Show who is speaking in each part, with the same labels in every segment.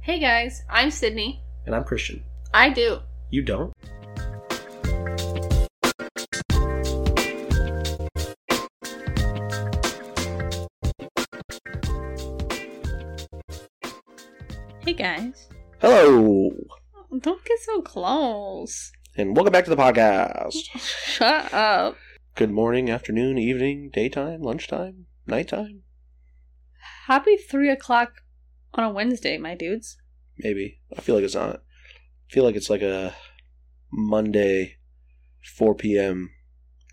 Speaker 1: Hey guys, I'm Sydney.
Speaker 2: And I'm Christian.
Speaker 1: I do.
Speaker 2: You don't?
Speaker 1: Hey guys.
Speaker 2: Hello,
Speaker 1: Don't get so close.
Speaker 2: and welcome back to the podcast.
Speaker 1: Shut up.
Speaker 2: Good morning, afternoon, evening, daytime, lunchtime, nighttime,
Speaker 1: Happy three o'clock on a Wednesday, my dudes.
Speaker 2: maybe. I feel like it's not. I feel like it's like a Monday, 4 p.m.,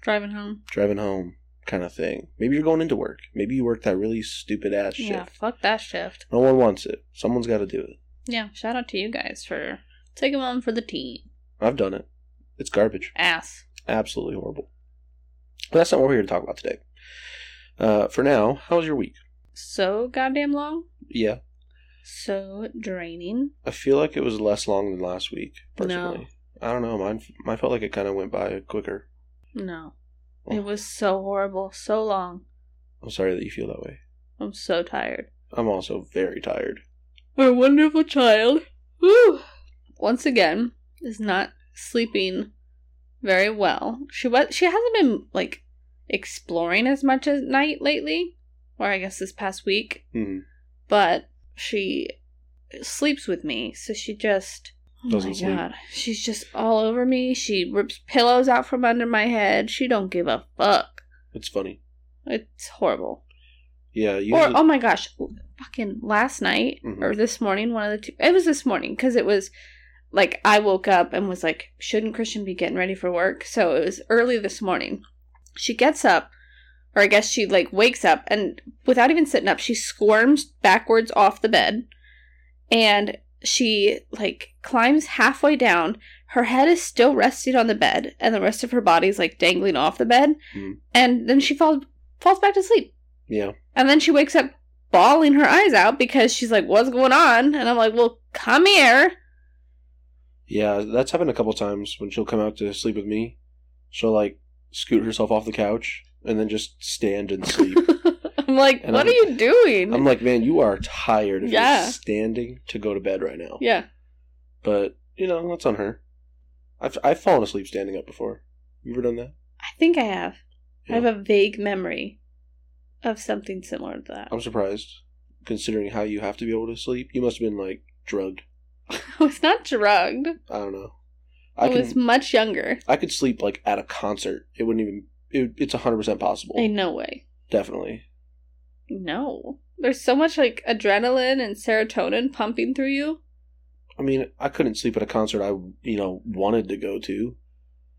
Speaker 1: Driving home.
Speaker 2: driving home kind of thing. Maybe you're going into work. Maybe you work that really stupid ass shift.
Speaker 1: Yeah, fuck that shift.
Speaker 2: No one wants it. Someone's got to do it.
Speaker 1: Yeah, shout out to you guys for taking one for the team.
Speaker 2: I've done it. It's garbage.
Speaker 1: Ass.
Speaker 2: absolutely horrible. But that's not what we're here to talk about today. Uh, for now, how was your week?
Speaker 1: So goddamn long.
Speaker 2: Yeah,
Speaker 1: So draining.
Speaker 2: I feel like it was less long than last week. Personally, I don't know. Mine, mine felt like it kind of went by quicker.
Speaker 1: No. It was so horrible. So long.
Speaker 2: I'm sorry that you feel that way.
Speaker 1: I'm so tired.
Speaker 2: I'm also very tired.
Speaker 1: Our wonderful child, whew, once again, is not sleeping very well. She was she hasn't been like exploring as much at night lately, or I guess this past week,
Speaker 2: hmm
Speaker 1: but she sleeps with me, so she just oh
Speaker 2: Doesn't
Speaker 1: my
Speaker 2: sleep.
Speaker 1: god, she's just all over me. She rips pillows out from under my head. She don't give a fuck.
Speaker 2: It's funny.
Speaker 1: It's horrible.
Speaker 2: Yeah, you.
Speaker 1: Or oh my gosh, fucking last night
Speaker 2: Mhm.
Speaker 1: or this morning, one of the two. It was this morning because it was like I woke up and was like, shouldn't Christian be getting ready for work? So it was early this morning. She gets up, or I guess she like wakes up and without even sitting up, she squirms backwards off the bed, and she like climbs halfway down. Her head is still resting on the bed, and the rest of her body's like dangling off the bed,
Speaker 2: Mhm.
Speaker 1: and then she falls falls back to sleep.
Speaker 2: yeah,
Speaker 1: And then she wakes up bawling her eyes out because she's like, What's going on? And I'm like, Well, come here.
Speaker 2: yeah. That's happened a couple times when she'll come out to sleep with me. She'll like scoot herself off the couch and then just stand and sleep.
Speaker 1: I'm like,
Speaker 2: And
Speaker 1: What
Speaker 2: I'm-
Speaker 1: are you doing?
Speaker 2: I'm like, man, you are tired of
Speaker 1: Yeah.
Speaker 2: just standing to go to bed right now.
Speaker 1: yeah.
Speaker 2: But, you know, that's on her. I've, I've fallen asleep standing up before. You ever done that?
Speaker 1: I think I have. I
Speaker 2: Yeah.
Speaker 1: have a vague memory of something similar to that.
Speaker 2: I'm surprised, considering how you have to be able to sleep. You must have been, like, drugged.
Speaker 1: I was not drugged.
Speaker 2: I don't know.
Speaker 1: I,
Speaker 2: I can,
Speaker 1: was much younger.
Speaker 2: I could sleep, like, at a concert. It wouldn't even. It, it's 100% possible.
Speaker 1: In no way.
Speaker 2: Definitely.
Speaker 1: No. There's so much like adrenaline and serotonin pumping through you.
Speaker 2: I mean, I couldn't sleep at a concert I, you know, wanted to go to.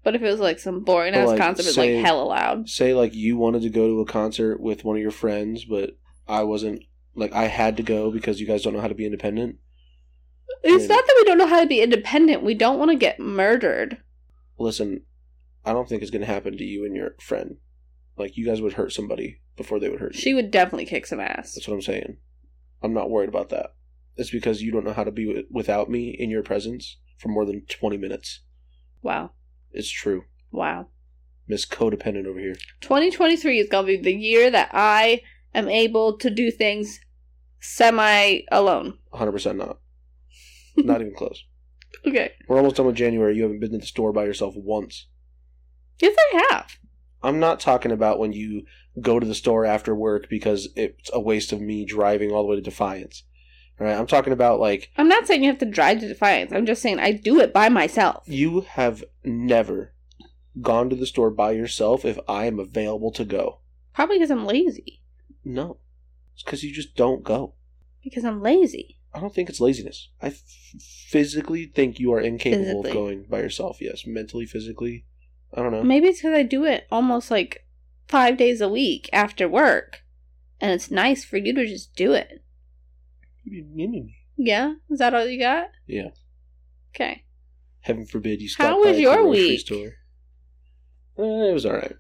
Speaker 1: But if it was like some boring ass
Speaker 2: Like,
Speaker 1: concept, it's
Speaker 2: say-
Speaker 1: like hella loud.
Speaker 2: say like you wanted to go to a concert with one of your friends but i wasn't like i had to go because you guys don't know how to be independent
Speaker 1: It's
Speaker 2: mean-
Speaker 1: not that we don't know how to be independent. We don't want to get murdered.
Speaker 2: listen i don't think it's going to happen to you and your friend like you guys would hurt somebody before they would hurt you
Speaker 1: She would definitely kick some ass.
Speaker 2: that's what i'm saying i'm not worried about that it's because you don't know how to be wi- without me in your presence for more than 20 minutes
Speaker 1: Wow.
Speaker 2: it's true
Speaker 1: Wow.
Speaker 2: miss codependent over here
Speaker 1: 2023 is going to be the year that I am able to do things semi alone.
Speaker 2: 100% not not even close
Speaker 1: Okay.
Speaker 2: we're almost done with january you haven't been to the store by yourself once
Speaker 1: Yes, I have.
Speaker 2: I'm not talking about when you go to the store after work because it's a waste of me driving all the way to Defiance. All right, I'm talking about like
Speaker 1: I'm not saying you have to drive to Defiance. I'm just saying I do it by myself.
Speaker 2: you have never gone to the store by yourself if I am available to go.
Speaker 1: Probably because I'm lazy.
Speaker 2: No, it's because you just don't go.
Speaker 1: Because I'm lazy.
Speaker 2: I don't think it's laziness. I f- physically think you are incapable
Speaker 1: Physically.
Speaker 2: of going by yourself. Yes, mentally, physically. I don't know.
Speaker 1: Maybe it's because I do it almost like five days a week after work. And it's nice for you to just do it. Yeah? Is that all you got?
Speaker 2: Yeah.
Speaker 1: Okay.
Speaker 2: Heaven forbid you stop.
Speaker 1: How
Speaker 2: by
Speaker 1: was
Speaker 2: the
Speaker 1: your
Speaker 2: grocery
Speaker 1: week?
Speaker 2: Store. Eh, it was all right.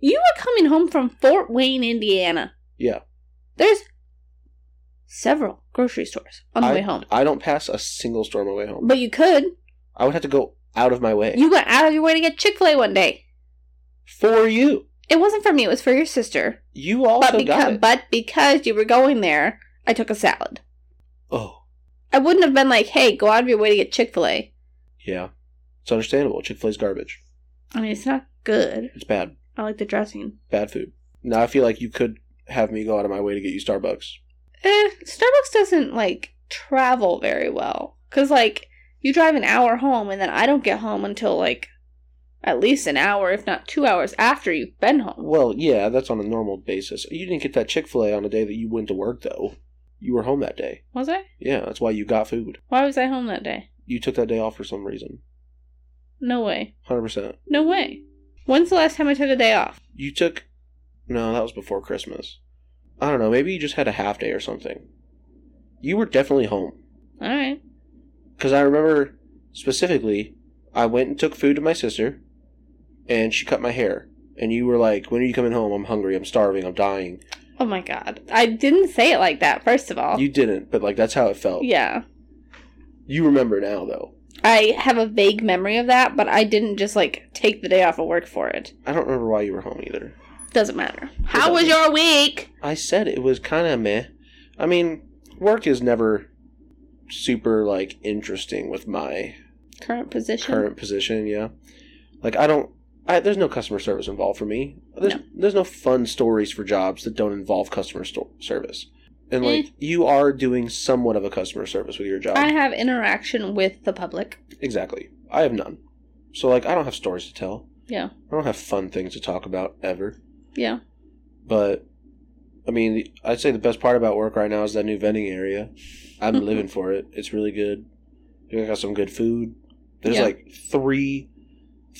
Speaker 1: You were coming home from Fort Wayne, Indiana.
Speaker 2: Yeah.
Speaker 1: There's several grocery stores on the way home.
Speaker 2: I don't pass a single store on my way home.
Speaker 1: But you could.
Speaker 2: I would have to go out of my way
Speaker 1: You went out of your way to get Chick fil A one day.
Speaker 2: for you.
Speaker 1: It wasn't for me, it was for your sister.
Speaker 2: You also
Speaker 1: but,
Speaker 2: got
Speaker 1: because,
Speaker 2: it.
Speaker 1: but because you were going there, I took a salad.
Speaker 2: oh,
Speaker 1: wouldn't have been like, hey, go out of your way to get Chick fil A.
Speaker 2: Yeah. It's understandable. Chick fil A's garbage.
Speaker 1: I mean, it's not good.
Speaker 2: It's bad.
Speaker 1: I like the dressing.
Speaker 2: Bad food. Now I feel like you could have me go out of my way to get you Starbucks.
Speaker 1: Eh, Starbucks doesn't like travel very well. Cause like you drive an hour home and then I don't get home until like at least an hour, if not two hours after you've been home.
Speaker 2: Well, yeah, that's on a normal basis. You didn't get that Chick fil A on a day that you went to work, though. You were home that day.
Speaker 1: Was I?
Speaker 2: Yeah, that's why you got food.
Speaker 1: Why was I home that day?
Speaker 2: You took that day off for some reason.
Speaker 1: No way.
Speaker 2: 100%.
Speaker 1: No way. When's the last time I took a day off?
Speaker 2: You took. No, that was before Christmas. I don't know, maybe you just had a half day or something. You were definitely home.
Speaker 1: All right.
Speaker 2: Because I remember specifically, I went and took food to my sister, and she cut my hair. And you were like, When are you coming home? I'm hungry, I'm starving, I'm dying.
Speaker 1: Oh my god. I didn't say it like that, first of all.
Speaker 2: You didn't, but like, that's how it felt.
Speaker 1: Uh. yeah.
Speaker 2: You remember now, though.
Speaker 1: I have a vague memory of that, but I didn't just like take the day off of work for it.
Speaker 2: I don't remember why you were home either.
Speaker 1: Doesn't matter. How was your week?
Speaker 2: I said it was kind of meh. I mean, work is never super like interesting with my
Speaker 1: Current position.
Speaker 2: current position. Yeah, like I don't. I, there's no customer service involved for me. There's
Speaker 1: No.
Speaker 2: there's no fun stories for jobs that don't involve customer sto- service. And
Speaker 1: Eh.
Speaker 2: like you are doing somewhat of a customer service with your job.
Speaker 1: I have interaction with the public.
Speaker 2: exactly. I have none. So like I don't have stories to tell.
Speaker 1: Yeah.
Speaker 2: I don't have fun things to talk about ever.
Speaker 1: Yeah.
Speaker 2: But I mean, the- I'd say the best part about work right now is that new vending area. I'm
Speaker 1: Mm-hmm.
Speaker 2: living for it. It's really good. I got some good food. There's
Speaker 1: Yeah.
Speaker 2: like three,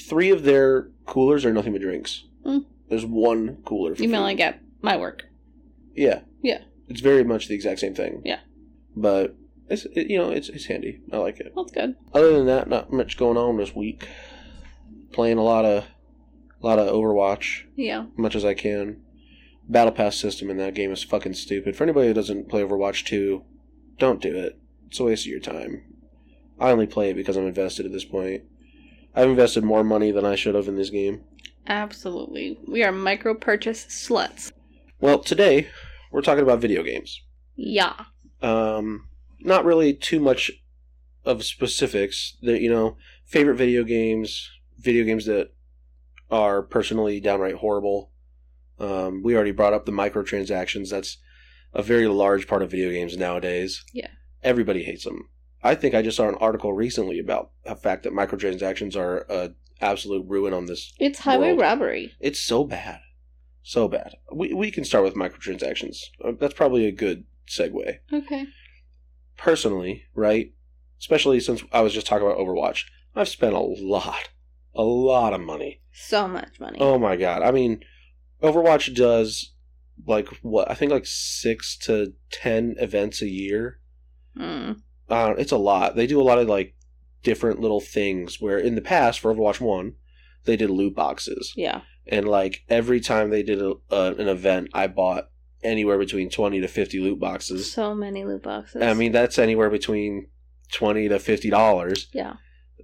Speaker 2: three of their coolers are nothing but drinks.
Speaker 1: Mm.
Speaker 2: There's one cooler.
Speaker 1: You mean
Speaker 2: food.
Speaker 1: like at my work?
Speaker 2: Yeah.
Speaker 1: Yeah.
Speaker 2: It's very much the exact same thing.
Speaker 1: Yeah.
Speaker 2: But it's it, you know it's it's handy. I like it.
Speaker 1: That's good.
Speaker 2: Other than that, not much going on this week. Playing a lot of, a lot of Overwatch
Speaker 1: Yeah.
Speaker 2: much as I can. Battle Pass system in that game is fucking stupid. For anybody who doesn't play Overwatch 2, don't do it. It's a waste of your time. I only play it because I'm invested at this point. I've invested more money than I should have in this game.
Speaker 1: Absolutely. We are micro purchase sluts.
Speaker 2: Well, today we're talking about video games.
Speaker 1: Yeah.
Speaker 2: Um, not really too much of specifics. That you know, favorite video games, video games that are personally downright horrible. Um, we already brought up the microtransactions. That's a very large part of video games nowadays.
Speaker 1: Yeah.
Speaker 2: everybody hates them. I think I just saw an article recently about the fact that microtransactions are a absolute ruin on this.
Speaker 1: It's highway
Speaker 2: World.
Speaker 1: robbery.
Speaker 2: It's so bad, so bad. We we can start with microtransactions. Uh, That's probably a good segue
Speaker 1: Okay.
Speaker 2: personally, right? Especially since I was just talking about Overwatch, I've spent a lot, a lot of money.
Speaker 1: So much money.
Speaker 2: Oh my god! I mean, Overwatch does like what I think like six to ten events a year.
Speaker 1: Mm.
Speaker 2: Uh, it's a lot. They do a lot of like different little things. Where in the past for Overwatch One, they did loot boxes,
Speaker 1: Yeah.
Speaker 2: and like every time they did a, uh, an event, I bought anywhere between twenty to fifty loot boxes.
Speaker 1: So many loot boxes.
Speaker 2: I mean, that's anywhere between twenty to fifty dollars.
Speaker 1: Yeah.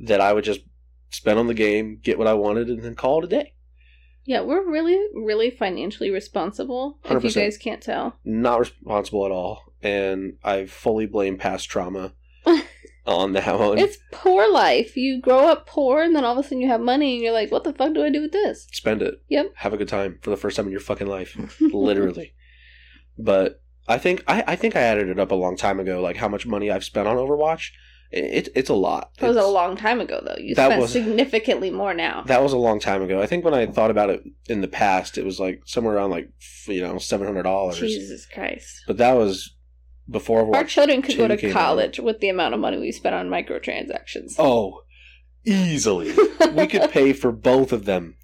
Speaker 2: That I would just spend on the game, get what I wanted, and then call it a day.
Speaker 1: Yeah, we're really, really financially responsible, if you
Speaker 2: 100%.
Speaker 1: guys can't tell.
Speaker 2: Not responsible at all, and I fully blame past trauma on that one.
Speaker 1: It's poor life. You grow up poor and then all of a sudden you have money and you're like, what the fuck do I do with this?
Speaker 2: Spend it.
Speaker 1: Yep.
Speaker 2: Have a good time for the first time in your fucking life, literally. but I think I, I think I added it up a long time ago, like how much money I've spent on Overwatch. It, it's a lot.
Speaker 1: That was a
Speaker 2: It's-
Speaker 1: long time ago, though. You
Speaker 2: That
Speaker 1: spent
Speaker 2: was-
Speaker 1: significantly more now.
Speaker 2: That was a long time ago. I think when I thought about it in the past, it was like somewhere around like f- you know seven hundred dollars.
Speaker 1: Jesus Christ.
Speaker 2: But that was before
Speaker 1: Our
Speaker 2: Overwatch.
Speaker 1: children could go
Speaker 2: two
Speaker 1: to
Speaker 2: came
Speaker 1: college with the amount of money we spent on microtransactions.
Speaker 2: Oh, easily we could pay for both of them,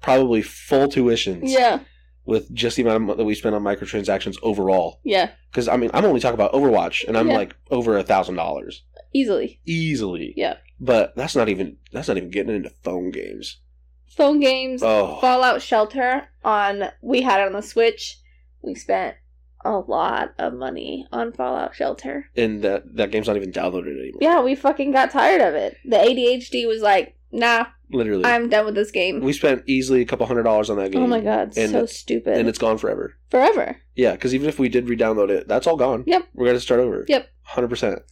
Speaker 2: probably full tuitions
Speaker 1: yeah,
Speaker 2: with just the amount of money that we spent on microtransactions overall.
Speaker 1: yeah,
Speaker 2: Because I mean, I'm only talking about Overwatch, and I'm
Speaker 1: Yeah.
Speaker 2: like over a thousand dollars
Speaker 1: easily.
Speaker 2: easily.
Speaker 1: Yeah.
Speaker 2: But that's not even that's not even getting into phone games.
Speaker 1: Phone games,
Speaker 2: Oh,
Speaker 1: Fallout Shelter on we had it on the Switch. We spent a lot of money on Fallout Shelter.
Speaker 2: and that that game's not even downloaded anymore.
Speaker 1: Yeah, we fucking got tired of it. The ADHD was like, nah,
Speaker 2: Literally.
Speaker 1: I'm done with this game.
Speaker 2: We spent easily a couple hundred dollars on that game.
Speaker 1: oh my god,
Speaker 2: And
Speaker 1: so
Speaker 2: it-
Speaker 1: stupid.
Speaker 2: And it's gone forever.
Speaker 1: forever.
Speaker 2: Yeah, because even if we did re-download it, that's all gone.
Speaker 1: Yep.
Speaker 2: We're gonna start over.
Speaker 1: Yep.
Speaker 2: Hundred percent.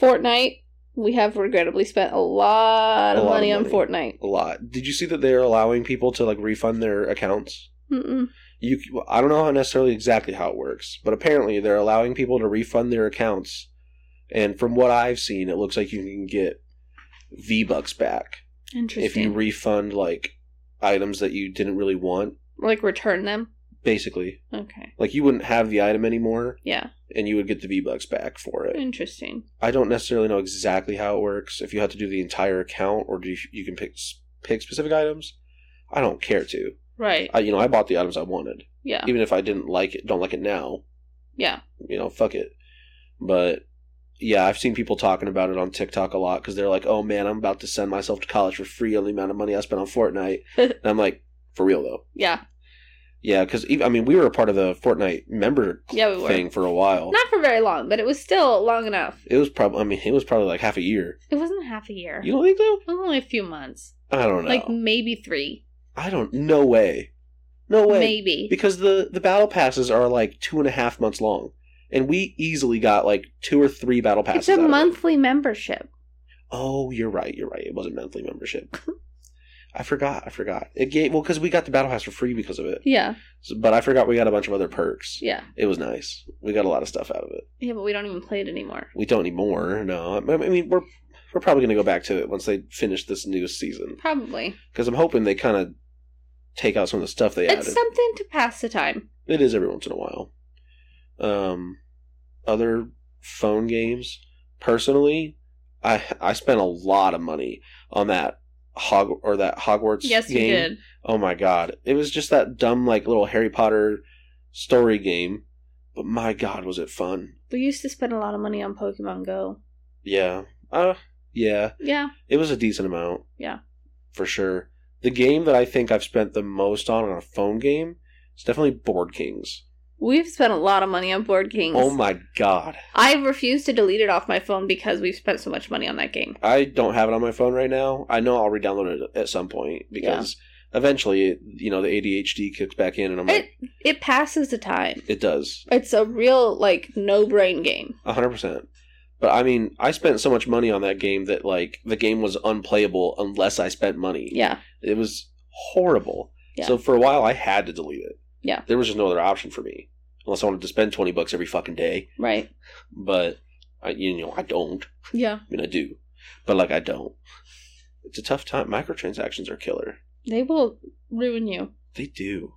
Speaker 1: Fortnite. We have regrettably spent a lot
Speaker 2: A
Speaker 1: of
Speaker 2: lot of
Speaker 1: money on
Speaker 2: money.
Speaker 1: Fortnite.
Speaker 2: A lot. Did you see that they're allowing people to like refund their accounts?
Speaker 1: Mm-mm.
Speaker 2: You, c- I don't know how necessarily exactly how it works, but apparently they're allowing people to refund their accounts. And from what I've seen, it looks like you can get V Bucks back
Speaker 1: Interesting.
Speaker 2: if you refund like items that you didn't really want.
Speaker 1: like return them.
Speaker 2: Basically,
Speaker 1: Okay.
Speaker 2: like you wouldn't have the item anymore,
Speaker 1: Yeah.
Speaker 2: and you would get the V Bucks back for it.
Speaker 1: Interesting.
Speaker 2: I don't necessarily know exactly how it works. If you have to do the entire account, or do you, you can pick s- pick specific items? I don't care to.
Speaker 1: Right.
Speaker 2: I, you know, I bought the items I wanted,
Speaker 1: yeah.
Speaker 2: even if I didn't like it. Don't like it now.
Speaker 1: Yeah.
Speaker 2: You know, fuck it. But yeah, I've seen people talking about it on TikTok a lot because they're like, "Oh man, I'm about to send myself to college for free on the amount of money I spent on Fortnite." and I'm like, for real though.
Speaker 1: Yeah.
Speaker 2: Yeah, because I mean, we were a part of the Fortnite member
Speaker 1: Yeah, we were.
Speaker 2: thing for a while.
Speaker 1: Not for very long, but it was still long enough.
Speaker 2: it was probably, I mean, it was probably like half a year.
Speaker 1: It wasn't half a year.
Speaker 2: You don't think so?
Speaker 1: it was only a few months.
Speaker 2: I don't know.
Speaker 1: Like maybe three.
Speaker 2: I don't. No way. No way.
Speaker 1: Maybe.
Speaker 2: Because the the battle passes are like two and a half months long, and we easily got like two or three battle passes.
Speaker 1: It's a
Speaker 2: out of it.
Speaker 1: monthly membership.
Speaker 2: Oh, you're right. You're right. It wasn't monthly membership. I forgot. I forgot. It gave well because we got the battle pass for free because of it.
Speaker 1: Yeah.
Speaker 2: So- but I forgot we got a bunch of other perks.
Speaker 1: Yeah.
Speaker 2: It was nice. We got a lot of stuff out of it.
Speaker 1: Yeah, but we don't even play it anymore.
Speaker 2: We don't need more. No, I I mean we're we're probably gonna go back to it once they finish this new season
Speaker 1: Probably.
Speaker 2: because I'm hoping they kind of take out some of the stuff they added.
Speaker 1: It's something to pass the time.
Speaker 2: It is every once in a while. Um, other phone games. Personally, I I spent a lot of money on that hog or that Hogwarts.
Speaker 1: Yes,
Speaker 2: game.
Speaker 1: you did.
Speaker 2: Oh my god, it was just that dumb like little Harry Potter story game, but my god, was it fun?
Speaker 1: We used to spend a lot of money on Pokemon Go.
Speaker 2: Yeah. Uh, yeah.
Speaker 1: Yeah.
Speaker 2: It was a decent amount.
Speaker 1: Yeah.
Speaker 2: For sure. The game that I think I've spent the most on on a phone game is definitely Board Kings.
Speaker 1: We've spent a lot of money on Board Kings.
Speaker 2: Oh my god.
Speaker 1: I refuse to delete it off my phone because we've spent so much money on that game.
Speaker 2: I don't have it on my phone right now. I know I'll re-download it at some point because eventually, you know, the ADHD kicks back in, and I'm like,
Speaker 1: It it passes the time.
Speaker 2: it, does,
Speaker 1: It's a real like no brain game.
Speaker 2: hundred percent. But I mean, I spent so much money on that game that like the game was unplayable unless I spent money.
Speaker 1: Yeah.
Speaker 2: It was horrible.
Speaker 1: Yeah.
Speaker 2: So for a while, I had to delete it.
Speaker 1: Yeah.
Speaker 2: there was just no other option for me unless I wanted to spend twenty bucks every fucking day.
Speaker 1: Right.
Speaker 2: But I, you know, I don't.
Speaker 1: Yeah.
Speaker 2: I mean, I do, but like I don't. It's a tough time. Microtransactions are killer.
Speaker 1: They will ruin you.
Speaker 2: They do.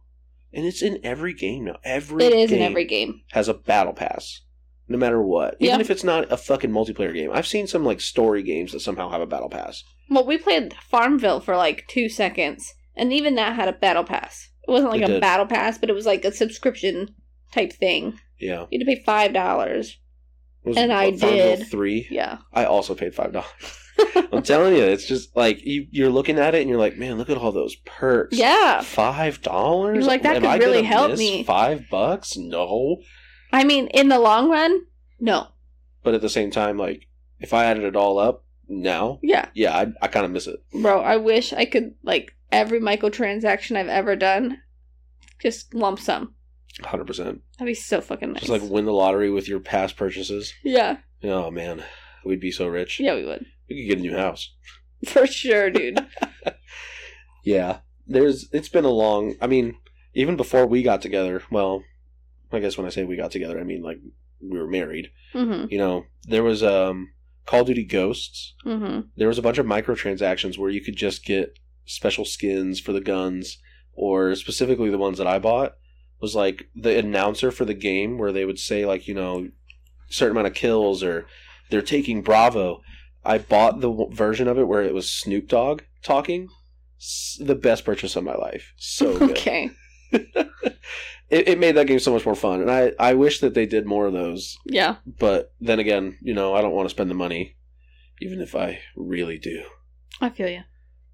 Speaker 2: And it's in every game now. Every
Speaker 1: It is
Speaker 2: game
Speaker 1: in every game.
Speaker 2: has a battle pass. No matter what. Even
Speaker 1: Yeah.
Speaker 2: if it's not a fucking multiplayer game. I've seen some like story games that somehow have a battle pass.
Speaker 1: Well, we played Farmville for like two seconds, and even that had a battle pass. It wasn't like
Speaker 2: It
Speaker 1: a
Speaker 2: did.
Speaker 1: battle pass, but it was like a subscription type thing.
Speaker 2: Yeah.
Speaker 1: You had to pay five dollars.
Speaker 2: Was,
Speaker 1: And I
Speaker 2: Farmville
Speaker 1: did.
Speaker 2: three.
Speaker 1: Yeah.
Speaker 2: I also paid five dollars. I'm telling you, it's just like you, you're looking at it and you're like, man, look at all those perks.
Speaker 1: Yeah.
Speaker 2: Five dollars.
Speaker 1: You're like, that could really help me.
Speaker 2: Five bucks? No.
Speaker 1: I mean, in the long run, no.
Speaker 2: But at the same time, like, if I added it all up now,
Speaker 1: Yeah.
Speaker 2: yeah, I, I kind of miss it.
Speaker 1: Bro, I wish I could like every microtransaction I've ever done, just lump sum.
Speaker 2: 100. percent
Speaker 1: That'd be so fucking nice.
Speaker 2: Just like win the lottery with your past purchases.
Speaker 1: yeah,
Speaker 2: Oh man, we'd be so rich.
Speaker 1: yeah, we would
Speaker 2: We could get a new house.
Speaker 1: for sure, dude.
Speaker 2: Yeah. There's it's been a long I mean, even before we got together, well, I guess when I say we got together, I mean like we were married.
Speaker 1: hmm
Speaker 2: You know, there was um Call of Duty Ghosts.
Speaker 1: hmm
Speaker 2: There was a bunch of microtransactions where you could just get special skins for the guns or specifically the ones that I bought was like the announcer for the game where they would say like, you know, certain amount of kills or they're taking Bravo. I bought the w- version of it where it was Snoop Dogg talking. S- the best purchase of my life. So good.
Speaker 1: Okay,
Speaker 2: It, it made that game so much more fun, and I I wish that they did more of those.
Speaker 1: yeah,
Speaker 2: But then again, you know, I don't want to spend the money, even if I really do.
Speaker 1: I feel you.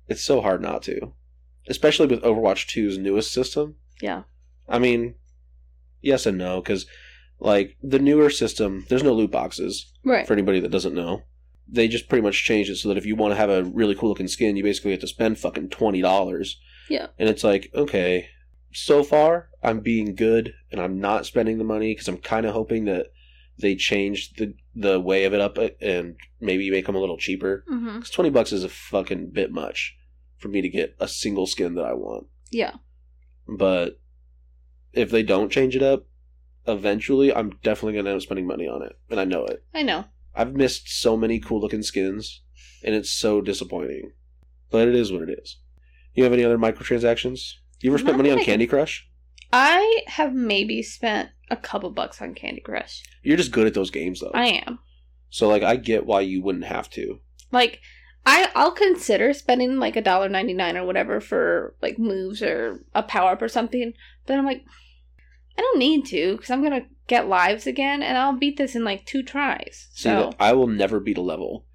Speaker 2: It's so hard not to, especially with Overwatch 2's newest system.
Speaker 1: Yeah.
Speaker 2: I mean, yes and no, because like the newer system, there's no loot boxes.
Speaker 1: Right,
Speaker 2: for anybody that doesn't know. They just pretty much changed it so that if you want to have a really cool looking skin, you basically have to spend fucking twenty dollars.
Speaker 1: Yeah.
Speaker 2: And it's like, okay, so far I'm being good and I'm not spending the money because I'm kind of hoping that they changed the the way of it up and maybe make them a little cheaper.
Speaker 1: Mm-hmm.
Speaker 2: Because twenty bucks is a fucking bit much for me to get a single skin that I want.
Speaker 1: Yeah.
Speaker 2: But if they don't change it up, eventually I'm definitely gonna end up spending money on it, and I know it.
Speaker 1: I know.
Speaker 2: I've missed so many cool looking skins, and it's so disappointing. But it is what it is. You have any other microtransactions? You ever spent
Speaker 1: Not
Speaker 2: money
Speaker 1: that
Speaker 2: on
Speaker 1: I can-
Speaker 2: Candy Crush?
Speaker 1: I have maybe spent a couple bucks on Candy Crush.
Speaker 2: You're just good at those games though.
Speaker 1: I am.
Speaker 2: So like I get why you wouldn't have to.
Speaker 1: Like I I'll consider spending like a dollar ninety nine or whatever for like moves or a power up or something, but I'm like I don't need to because I'm gonna get lives again and I'll beat this in like two tries.
Speaker 2: See,
Speaker 1: So
Speaker 2: I will never beat a level.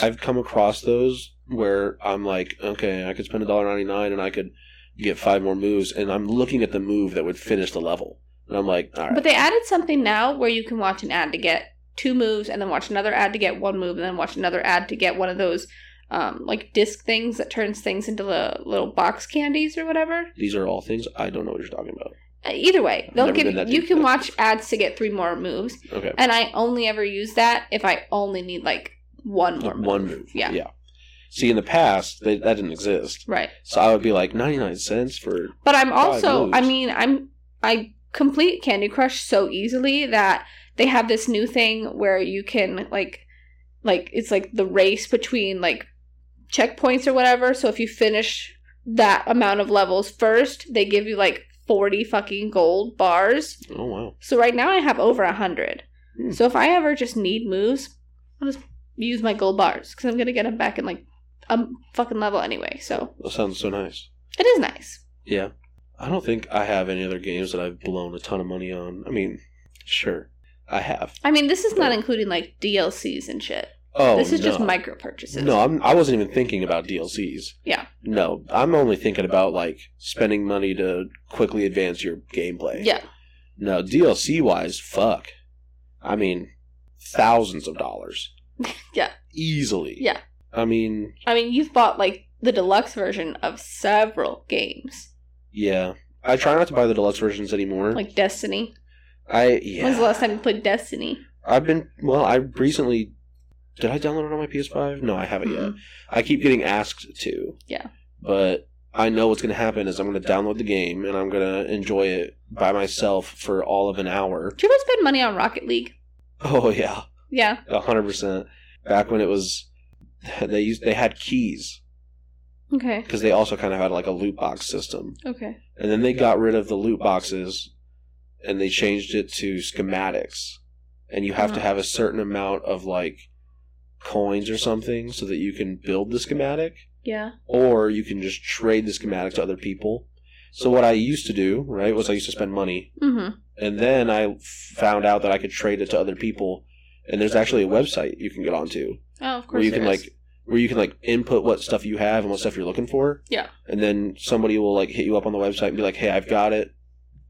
Speaker 2: I've come across those where I'm like, okay, I could spend a dollar ninety nine and I could get five more moves, and I'm looking at the move that would finish the level, and I'm like, all right,
Speaker 1: But they added something now where you can watch an ad to get two moves and then watch another ad to get one move and then watch another ad to get one of those um, like disc things that turns things into the little box candies or whatever.
Speaker 2: these are all things I don't know what you're talking about.
Speaker 1: Uh, Either way,
Speaker 2: I've
Speaker 1: they'll
Speaker 2: never
Speaker 1: give
Speaker 2: been that
Speaker 1: you
Speaker 2: deep
Speaker 1: can
Speaker 2: though.
Speaker 1: watch ads to get three more moves,
Speaker 2: Okay,
Speaker 1: and I only ever use that if I only need like one more
Speaker 2: Like,
Speaker 1: move.
Speaker 2: one move.
Speaker 1: Yeah.
Speaker 2: yeah. See, in the past, they, that didn't exist,
Speaker 1: Right.
Speaker 2: so I would be like ninety nine cents for
Speaker 1: But I'm
Speaker 2: Five
Speaker 1: also, I
Speaker 2: moves.
Speaker 1: mean, I'm I complete Candy Crush so easily that they have this new thing where you can like like it's like the race between like checkpoints or whatever. So if you finish that amount of levels first, they give you like 40 fucking gold bars.
Speaker 2: oh wow,
Speaker 1: So right now I have over 100.
Speaker 2: Hmm.
Speaker 1: So if I ever just need moves, I'll just use my gold bars cuz I'm going to get them back in like a fucking level anyway. So
Speaker 2: that sounds so nice.
Speaker 1: it is nice.
Speaker 2: Yeah. I don't think I have any other games that I've blown a ton of money on. I mean, sure, I have.
Speaker 1: I mean, this is not including like DLCs and shit.
Speaker 2: Oh,
Speaker 1: this is just
Speaker 2: no.
Speaker 1: micro purchases.
Speaker 2: No, I'm, I wasn't even thinking about DLCs.
Speaker 1: Yeah.
Speaker 2: No, I'm only thinking about like spending money to quickly advance your gameplay.
Speaker 1: Yeah.
Speaker 2: No, DLC wise, fuck. I mean, thousands of dollars.
Speaker 1: Yeah.
Speaker 2: Easily.
Speaker 1: Yeah.
Speaker 2: I mean,
Speaker 1: I mean, you've bought like the deluxe version of several games,
Speaker 2: yeah. I try not to buy the deluxe versions anymore.
Speaker 1: like Destiny.
Speaker 2: I
Speaker 1: When's the
Speaker 2: yeah.
Speaker 1: last time you played Destiny?
Speaker 2: I've been well. I recently did I download it on my PS5? No, I haven't yet.
Speaker 1: Mm-mm.
Speaker 2: I keep getting asked to.
Speaker 1: Yeah.
Speaker 2: But I know what's going to happen is I'm going to download the game and I'm going to enjoy it by myself for all of an hour.
Speaker 1: Do you ever spend money on Rocket League?
Speaker 2: Oh yeah,
Speaker 1: Yeah.
Speaker 2: a hundred percent. Back when it was, they used they had keys
Speaker 1: Okay.
Speaker 2: because they also kind of had like a loot box system,
Speaker 1: Okay.
Speaker 2: and then they got rid of the loot boxes and they changed it to schematics, and you have to have a certain amount of like coins or something so that you can build the schematic.
Speaker 1: Yeah.
Speaker 2: or you can just trade the schematic to other people. So what I used to do, right, was I used to spend money,
Speaker 1: Mm-hmm.
Speaker 2: and then I found out that I could trade it to other people. And there's actually a website you can get onto
Speaker 1: Oh, of course.
Speaker 2: where you
Speaker 1: there
Speaker 2: can
Speaker 1: is.
Speaker 2: like where you can like input what stuff you have and what stuff you're looking for.
Speaker 1: Yeah.
Speaker 2: And then somebody will like hit you up on the website and be like, "Hey, I've got it.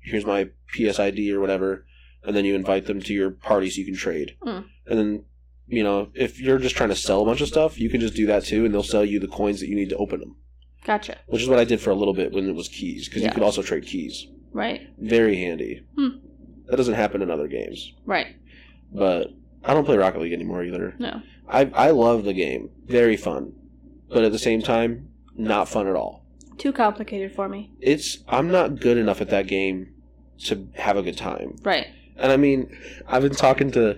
Speaker 2: Here's my PSID or whatever." And then you invite them to your party so you can trade.
Speaker 1: Mm.
Speaker 2: And then you know if you're just trying to sell a bunch of stuff, you can just do that too, and they'll sell you the coins that you need to open them
Speaker 1: Gotcha.
Speaker 2: which is what I did for a little bit when it was keys, because
Speaker 1: Yeah.
Speaker 2: you could also trade keys.
Speaker 1: Right.
Speaker 2: Very handy.
Speaker 1: Hmm.
Speaker 2: That doesn't happen in other games,
Speaker 1: Right.
Speaker 2: but I don't play Rocket League anymore either.
Speaker 1: No.
Speaker 2: I I love the game, very fun, but at the same time, not fun at all.
Speaker 1: Too complicated for me.
Speaker 2: It's I'm not good enough at that game to have a good time.
Speaker 1: Right.
Speaker 2: And I mean, I've been talking to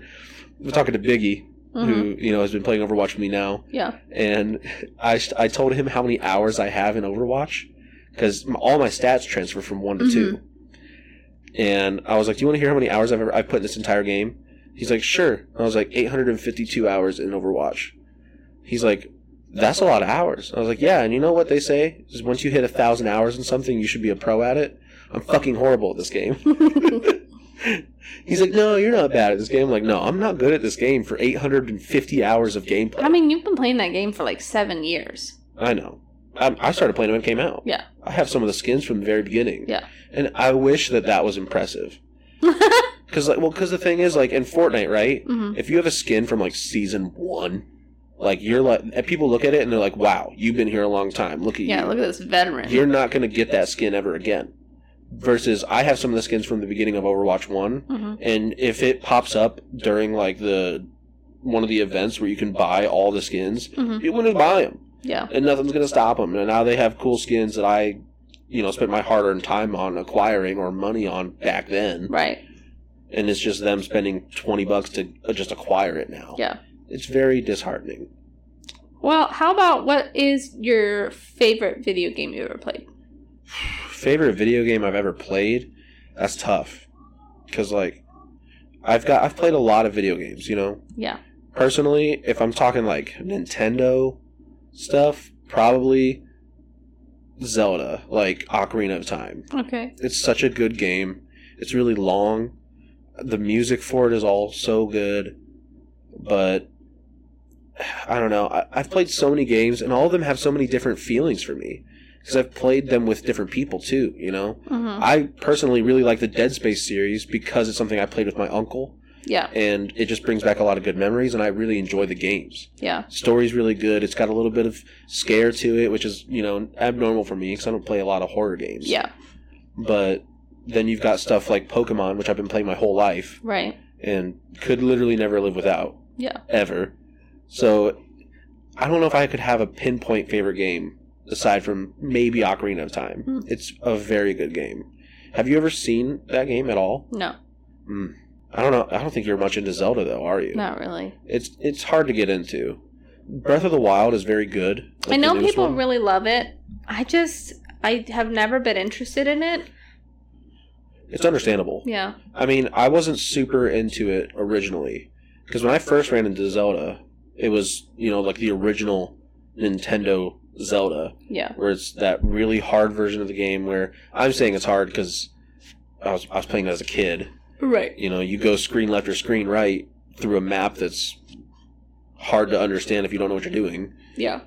Speaker 2: I've been talking to Biggie,
Speaker 1: Mm-hmm.
Speaker 2: who you know has been playing Overwatch with me now.
Speaker 1: Yeah.
Speaker 2: and I, I told him how many hours I have in Overwatch because all my stats transfer from one to two. And I was like, "Do you want to hear how many hours I've ever I put in this entire game?" He's like, "Sure." I was like, "852 hours in Overwatch." He's like, "That's a lot of hours." I was like, "Yeah." And you know what they say is once you hit a thousand hours in something, you should be a pro at it. I'm fucking horrible at this game. He's like, "No, you're not bad at this game." I'm like, "No, I'm not good at this game for 850 hours of gameplay."
Speaker 1: I mean, you've been playing that game for like seven years.
Speaker 2: I know. Um, I, I started playing it when it came out.
Speaker 1: Yeah.
Speaker 2: I have some of the skins from the very beginning.
Speaker 1: Yeah.
Speaker 2: And I wish that that was impressive.
Speaker 1: mm-hmm.
Speaker 2: Because, like, well, because the thing is, like, in Fortnite, right? If you have a skin from, like, season one, like, you're like, and people look at it and they're like, wow, you've been here a long time. Look at
Speaker 1: Yeah.
Speaker 2: you.
Speaker 1: Look at this veteran.
Speaker 2: You're not going to get that skin ever again. Versus, I have some of the skins from the beginning of Overwatch One,
Speaker 1: hmm
Speaker 2: and if it pops up during like the one of the events where you can buy all the skins,
Speaker 1: hmm
Speaker 2: people just buy them,
Speaker 1: Yeah.
Speaker 2: and nothing's gonna stop them. And now they have cool skins that I, you know, spent my hard-earned time on acquiring or money on back then,
Speaker 1: Right.
Speaker 2: and it's just them spending twenty bucks to uh, just acquire it now.
Speaker 1: Yeah.
Speaker 2: it's very disheartening.
Speaker 1: Well, how about what is your favorite video game you ever played?
Speaker 2: Favorite video game I've ever played? That's tough, because like, I've got I've played a lot of video games, you know,
Speaker 1: Yeah.
Speaker 2: personally, if I'm talking like Nintendo stuff, probably Zelda, like Ocarina of Time.
Speaker 1: Okay.
Speaker 2: It's such a good game. It's really long. The music for it is all so good, but I don't know. I, I've played so many games, and all of them have so many different feelings for me because I've played them with different people too. You know,
Speaker 1: hmm
Speaker 2: I personally really like the Dead Space series because it's something I played with my uncle
Speaker 1: Yeah.
Speaker 2: and it just brings back a lot of good memories and i really enjoy the games
Speaker 1: Yeah.
Speaker 2: story's really good it's got a little bit of scare to it which is you know abnormal for me because i don't play a lot of horror games
Speaker 1: Yeah.
Speaker 2: but then you've got stuff like pokemon which i've been playing my whole life
Speaker 1: Right.
Speaker 2: and could literally never live without
Speaker 1: Yeah.
Speaker 2: ever so i don't know if i could have a pinpoint favorite game aside from maybe ocarina of time
Speaker 1: Hmm.
Speaker 2: it's a very good game have you ever seen that game at all
Speaker 1: No.
Speaker 2: Hmm. i don't know i don't think you're much into zelda though are you
Speaker 1: Not really.
Speaker 2: it's it's hard to get into. Breath of the Wild is very good. like
Speaker 1: I know
Speaker 2: the newest
Speaker 1: people
Speaker 2: one.
Speaker 1: really love it. I just I have never been interested in it.
Speaker 2: It's understandable.
Speaker 1: Yeah.
Speaker 2: I mean, I wasn't super into it originally because when I first ran into Zelda, it was you know like the original Nintendo Zelda,
Speaker 1: Yeah.
Speaker 2: where it's that really hard version of the game. Where I'm saying it's hard because I was I was playing it as a kid.
Speaker 1: Right.
Speaker 2: You know, you go screen left or screen right through a map that's hard to understand if you don't know what you're doing.
Speaker 1: Yeah.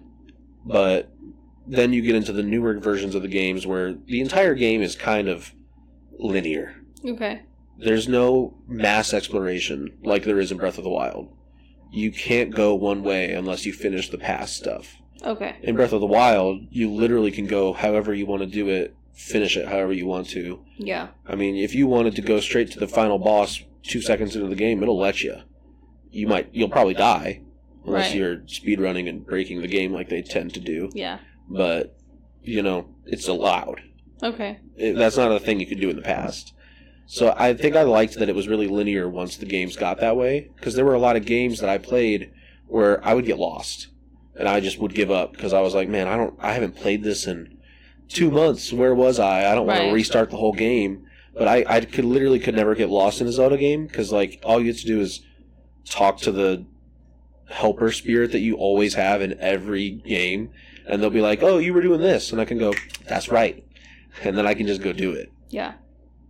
Speaker 2: but then you get into the newer versions of the games where the entire game is kind of linear.
Speaker 1: Okay.
Speaker 2: There's no mass exploration like there is in Breath of the Wild. You can't go one way unless you finish the past stuff.
Speaker 1: Okay.
Speaker 2: In Breath of the Wild, you literally can go however you want to do it, finish it however you want to.
Speaker 1: Yeah.
Speaker 2: I mean, if you wanted to go straight to the final boss 2 seconds into the game, it'll let you. You might you'll probably die unless
Speaker 1: Right.
Speaker 2: you're speedrunning and breaking the game like they tend to do
Speaker 1: Yeah.
Speaker 2: but you know it's allowed.
Speaker 1: Okay.
Speaker 2: It, that's not a thing you could do in the past. So I think I liked that it was really linear once the games got that way because there were a lot of games that I played where I would get lost and I just would give up because I was like, man, I don't, I haven't played this in two months. Where was I? I don't want
Speaker 1: Right.
Speaker 2: to restart the whole game. But I, I could literally could never get lost in a Zelda game because like all you get to do is talk to the helper spirit that you always have in every game, and they'll be like, oh, you were doing this, and I can go, that's right, and then I can just go do it.
Speaker 1: Yeah.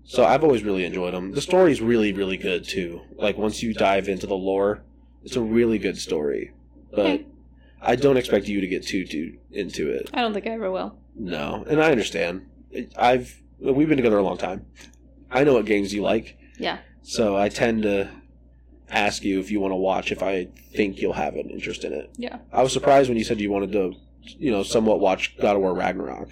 Speaker 2: So I've always really enjoyed them. The story's really, really good too. Like once you dive into the lore, it's a really good story. But
Speaker 1: Okay.
Speaker 2: I don't expect you to get too too into it.
Speaker 1: I don't think I ever will.
Speaker 2: No, and I understand. It- I've we've been together a long time. I know what games you like.
Speaker 1: Yeah.
Speaker 2: So I tend to ask you if you want to watch if I think you'll have an interest in it.
Speaker 1: Yeah.
Speaker 2: I was surprised when you said you wanted to, you know, somewhat watch God of War Ragnarok.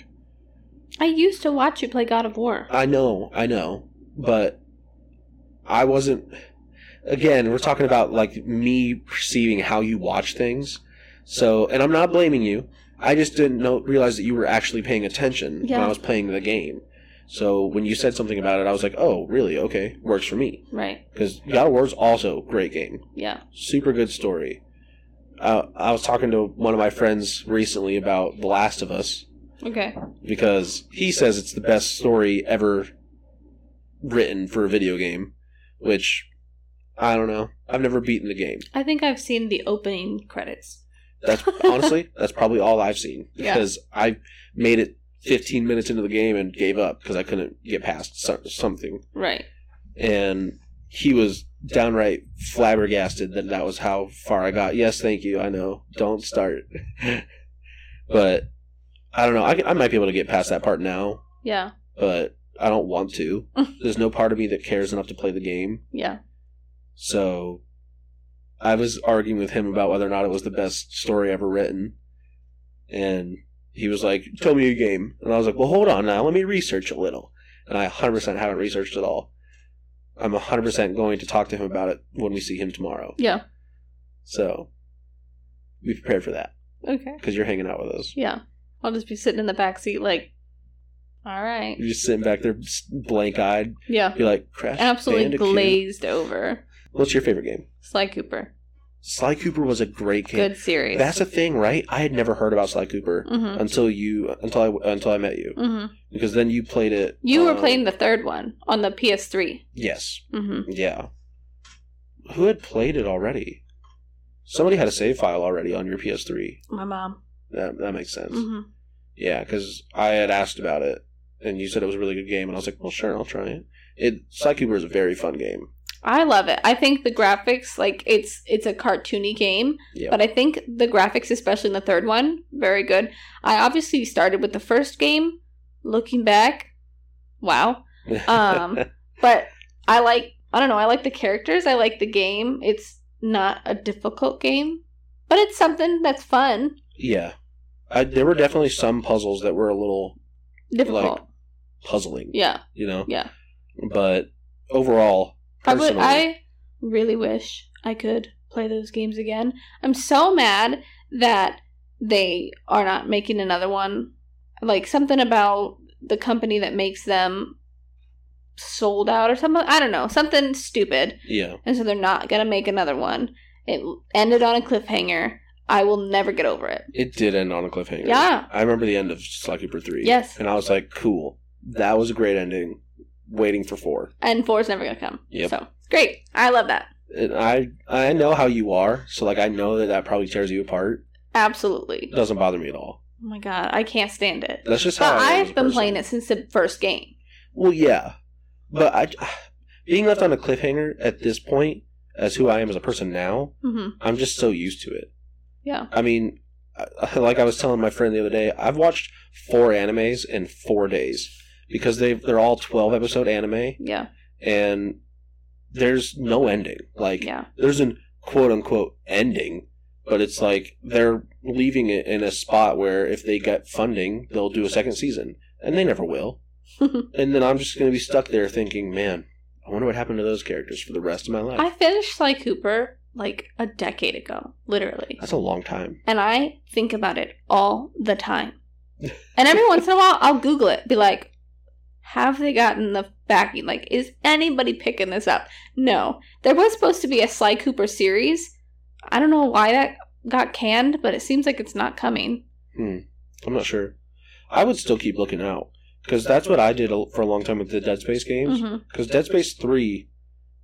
Speaker 1: I used to watch you play God of War.
Speaker 2: I know, I know, but I wasn't. Again, we're talking about like me perceiving how you watch things. So, and I'm not blaming you. I just didn't know, realize that you were actually paying attention when
Speaker 1: Yeah.
Speaker 2: I was playing the game. So when you said something about it, I was like, "Oh, really? Okay, works for me."
Speaker 1: Right.
Speaker 2: Because God of War's also a great game,
Speaker 1: Yeah.
Speaker 2: super good story. Uh, I was talking to one of my friends recently about The Last of Us,
Speaker 1: Okay.
Speaker 2: because he says it's the best story ever written for a video game, which I don't know. I've never beaten the game.
Speaker 1: I think I've seen the opening credits.
Speaker 2: That's honestly, that's probably all I've seen
Speaker 1: Yeah.
Speaker 2: because I made it 15 minutes into the game and gave up because I couldn't get past so- something.
Speaker 1: Right.
Speaker 2: And he was downright flabbergasted that that was how far I got. Yes, thank you. I know. Don't start. but I don't know. I, I might be able to get past that part now.
Speaker 1: Yeah.
Speaker 2: but I don't want to. There's no part of me that cares enough to play the game.
Speaker 1: Yeah.
Speaker 2: So I was arguing with him about whether or not it was the best story ever written. And he was like, Tell me your game. And I was like, Well, hold on now. Let me research a little. and I 100% haven't researched at all. I'm 100% going to talk to him about it when we see him tomorrow.
Speaker 1: Yeah.
Speaker 2: So be prepared for that
Speaker 1: Okay.
Speaker 2: because you're hanging out with us.
Speaker 1: Yeah. I'll just be sitting in the back seat, like, all right.
Speaker 2: You're just sitting back there, blank eyed.
Speaker 1: Yeah.
Speaker 2: You're like, Crash
Speaker 1: Absolutely
Speaker 2: Bandicoot.
Speaker 1: glazed over.
Speaker 2: What's your favorite game?
Speaker 1: Sly Cooper.
Speaker 2: Sly Cooper was a great game.
Speaker 1: Good series.
Speaker 2: That's a thing, right? I had never heard about Sly Cooper
Speaker 1: Mm-hmm.
Speaker 2: until you until I until I met you
Speaker 1: Mm-hmm.
Speaker 2: because then you played it.
Speaker 1: You were
Speaker 2: um,
Speaker 1: playing the third one on the PS3.
Speaker 2: Yes.
Speaker 1: Mm-hmm.
Speaker 2: Yeah. Who had played it already? Somebody had a save file already on your PS3.
Speaker 1: My mom.
Speaker 2: That that makes sense.
Speaker 1: Mm-hmm.
Speaker 2: Yeah, because I had asked about it, and you said it was a really good game, and I was like, well, sure, I'll try it. It Sly Cooper is a very fun game.
Speaker 1: I love it. I think the graphics, like it's it's a cartoony game,
Speaker 2: Yeah.
Speaker 1: but I think the graphics, especially in the third one, very good. I obviously started with the first game. Looking back, wow. um, But I like I don't know. I like the characters. I like the game. It's not a difficult game, but it's something that's fun.
Speaker 2: yeah, I, there were definitely some puzzles that were a little
Speaker 1: Difficult.
Speaker 2: puzzling,
Speaker 1: yeah.
Speaker 2: you know.
Speaker 1: Yeah.
Speaker 2: But overall,
Speaker 1: Probably
Speaker 2: personally,
Speaker 1: I really wish I could play those games again. I'm so mad that they are not making another one. Like something about the company that makes them sold out or something. I don't know. Something stupid.
Speaker 2: yeah,
Speaker 1: And so they're not going to make another one. It ended on a cliffhanger. I will never get over it.
Speaker 2: it did end on a cliffhanger.
Speaker 1: Yeah.
Speaker 2: I remember the end of Sly Cooper three.
Speaker 1: Yes.
Speaker 2: and I was like, cool, that was a great ending. Waiting for four,
Speaker 1: And four is never going to come.
Speaker 2: Yep.
Speaker 1: So great. I love that.
Speaker 2: and I I know how you are, so like I know that that probably tears you apart.
Speaker 1: Absolutely.
Speaker 2: It doesn't bother me at all.
Speaker 1: Oh my God. I can't stand it.
Speaker 2: That's just how
Speaker 1: But
Speaker 2: I am as a
Speaker 1: I've been
Speaker 2: person.
Speaker 1: playing it since the first game.
Speaker 2: Well, yeah, but I being left on a cliffhanger at this point, as who I am as a person now,
Speaker 1: hmm
Speaker 2: I'm just so used to it.
Speaker 1: Yeah.
Speaker 2: I mean, I- like I was telling my friend the other day, I've watched four animes in four days because they they're all twelve episode anime,
Speaker 1: Yeah.
Speaker 2: and there's no ending. Like
Speaker 1: Yeah.
Speaker 2: there's an quote unquote ending, but it's like they're leaving it in a spot where if they get funding, they'll do a second season, and they never will. and then I'm just going to be stuck there thinking, man, I wonder what happened to those characters for the rest of my life.
Speaker 1: I finished Sly Cooper like a decade ago, literally.
Speaker 2: That's a long time.
Speaker 1: And I think about it all the time. And every once in a while, I'll Google it, be like, have they gotten the backing? Like, is anybody picking this up? No. There was supposed to be a Sly Cooper series. I don't know why that got canned, but it seems like it's not coming.
Speaker 2: I'm not sure. I would still keep looking out because that's what I did a- for a long time with the Dead Space games.
Speaker 1: hmm
Speaker 2: Because Dead Space Three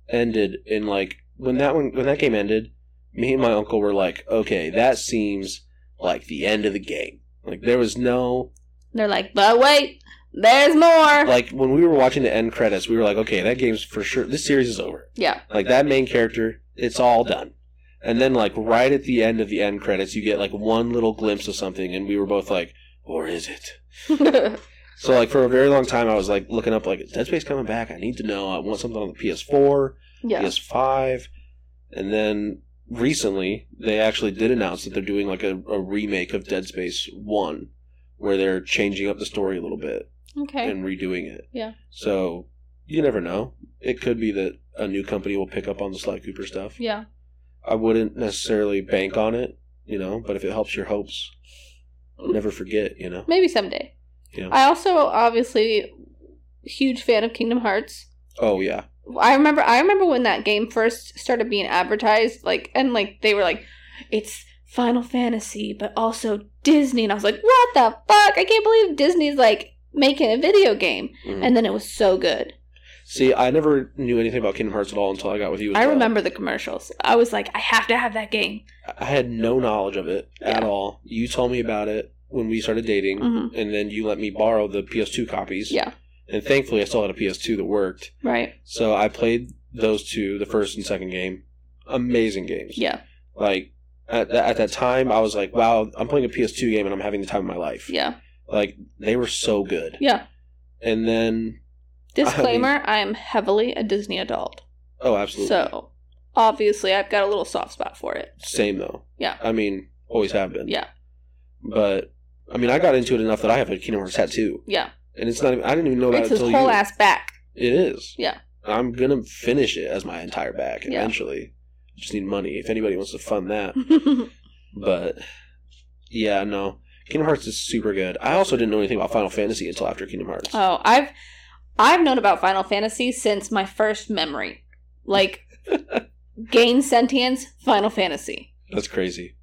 Speaker 2: ended in like when that one when that game ended, me and my uncle were like, okay, that seems like the end of the game. Like there was no
Speaker 1: They're like, but wait, there's more.
Speaker 2: like when we were watching the end credits, we were like, okay, that game's for sure. This series is over.
Speaker 1: yeah.
Speaker 2: Like that main character, it's all done. And then like right at the end of the end credits, you get like one little glimpse of something, and we were both like, or is it? So like for a very long time, I was like looking up like is Dead Space coming back. I need to know. I want something on the PS4,
Speaker 1: yeah.
Speaker 2: PS5, and then recently they actually did announce that they're doing like a, a remake of Dead Space One, where they're changing up the story a little bit
Speaker 1: Okay.
Speaker 2: and redoing it.
Speaker 1: Yeah.
Speaker 2: So you never know. It could be that a new company will pick up on the Sly Cooper stuff.
Speaker 1: Yeah.
Speaker 2: I wouldn't necessarily bank on it, you know, but if it helps your hopes, never forget, you know.
Speaker 1: Maybe someday.
Speaker 2: Yeah.
Speaker 1: I also obviously huge fan of Kingdom Hearts.
Speaker 2: Oh yeah.
Speaker 1: I remember I remember when that game first started being advertised, like and like they were like, it's Final Fantasy, but also Disney, and I was like, what the fuck? I can't believe Disney's like making a video game.
Speaker 2: Mhm.
Speaker 1: And then it was so good.
Speaker 2: See, I never knew anything about Kingdom Hearts at all until I got with you. as
Speaker 1: I
Speaker 2: well.
Speaker 1: remember the commercials. I was like, I have to have that game.
Speaker 2: I had no knowledge of it at
Speaker 1: Yeah.
Speaker 2: all. You told me about it when we started dating,
Speaker 1: Mhm.
Speaker 2: and then you let me borrow the PS2 copies.
Speaker 1: Yeah.
Speaker 2: And thankfully, I still had a PS2 that worked.
Speaker 1: Right.
Speaker 2: So I played those two, the first and second game. Amazing games.
Speaker 1: Yeah.
Speaker 2: Like at that, at that time, I was like, "Wow, I'm playing a PS2 game and I'm having the time of my life."
Speaker 1: Yeah.
Speaker 2: Like they were so good.
Speaker 1: Yeah.
Speaker 2: And then,
Speaker 1: Disclaimer, I am heavily a Disney adult.
Speaker 2: oh, absolutely.
Speaker 1: So obviously I've got a little soft spot for it.
Speaker 2: Same though.
Speaker 1: Yeah.
Speaker 2: I mean, always have been.
Speaker 1: Yeah.
Speaker 2: But I mean, I got into it enough that I have a Kingdom Hearts tattoo.
Speaker 1: Yeah.
Speaker 2: and it's not. Even, I didn't even know about
Speaker 1: it's
Speaker 2: it
Speaker 1: his
Speaker 2: until
Speaker 1: whole
Speaker 2: you.
Speaker 1: ass back.
Speaker 2: it is.
Speaker 1: Yeah.
Speaker 2: I'm gonna finish it as my entire back
Speaker 1: Yeah.
Speaker 2: eventually. Just need money if anybody wants to fund that. But yeah, no. Kingdom Hearts is super good. I also didn't know anything about Final Fantasy until after Kingdom Hearts.
Speaker 1: oh, I've I've known about Final Fantasy since my first memory. Like gain sentience, Final Fantasy.
Speaker 2: That's crazy.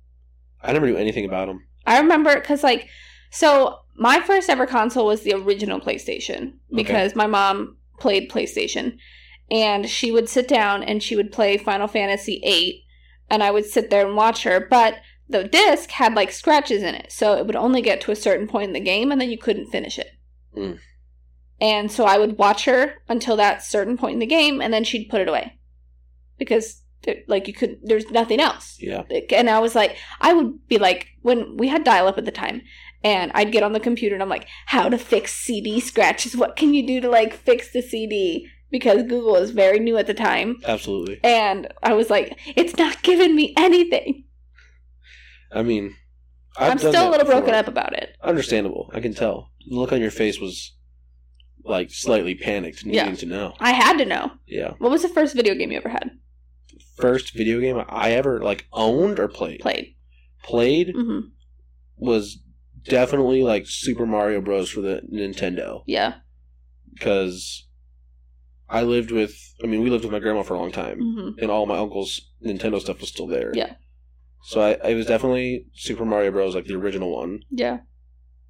Speaker 2: I never knew anything about them.
Speaker 1: I remember because like so my first ever console was the original PlayStation because my mom played PlayStation and she would sit down and she would play Final Fantasy 8 and I would sit there and watch her but the disc had like scratches in it so it would only get to a certain point in the game and then you couldn't finish it.
Speaker 2: Mm.
Speaker 1: And so I would watch her until that certain point in the game and then she'd put it away. Because like you could there's nothing else
Speaker 2: Yeah.
Speaker 1: and I was like, I would be like, when we had dial up at the time, and I'd get on the computer and I'm like, how to fix CD scratches? What can you do to like fix the CD? Because Google was very new at the time.
Speaker 2: Absolutely.
Speaker 1: And I was like, it's not giving me anything.
Speaker 2: I mean,
Speaker 1: i
Speaker 2: I've
Speaker 1: am
Speaker 2: done
Speaker 1: still a
Speaker 2: that
Speaker 1: little broken
Speaker 2: before.
Speaker 1: up about it.
Speaker 2: Understandable. I can tell. The look on your face was like slightly panicked, needing
Speaker 1: Yeah.
Speaker 2: to know.
Speaker 1: I had to know.
Speaker 2: Yeah.
Speaker 1: What was the first video game you ever had
Speaker 2: First video game I ever like owned or played
Speaker 1: played?
Speaker 2: played
Speaker 1: hmm
Speaker 2: was definitely like Super Mario Bros for the Nintendo
Speaker 1: Yeah.
Speaker 2: because I lived with I mean we lived with my grandma for a long time
Speaker 1: hmm
Speaker 2: and all my uncle's Nintendo stuff was still there.
Speaker 1: Yeah.
Speaker 2: So I it was definitely Super Mario Bros like the original one.
Speaker 1: Yeah.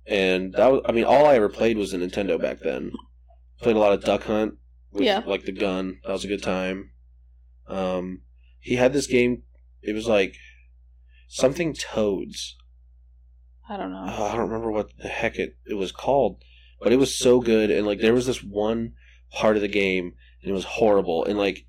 Speaker 2: and that was, I mean, all I ever played was the Nintendo back then. Played a lot of Duck Hunt with
Speaker 1: Yeah.
Speaker 2: like the gun. That was a good time. Um, he had this game. It was like something Toads.
Speaker 1: I don't know.
Speaker 2: Oh, I don't remember what the heck it, it was called, but it was so good. And like there was this one part of the game, and it was horrible. And like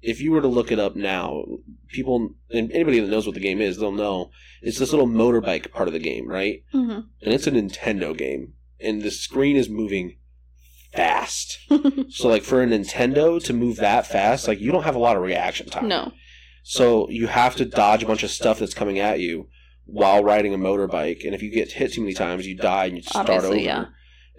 Speaker 2: if you were to look it up now, people and anybody that knows what the game is, they'll know it's this little motorbike part of the game, right?
Speaker 1: Mhm.
Speaker 2: and it's a Nintendo game, and the screen is moving fast.
Speaker 1: Mm-hmm.
Speaker 2: so, like for a Nintendo to move that fast, like you don't have a lot of reaction time.
Speaker 1: no.
Speaker 2: So you have to dodge a bunch of stuff that's coming at you while riding a motorbike, and if you get hit too many times, you die and you start
Speaker 1: Obviously,
Speaker 2: over.
Speaker 1: yeah.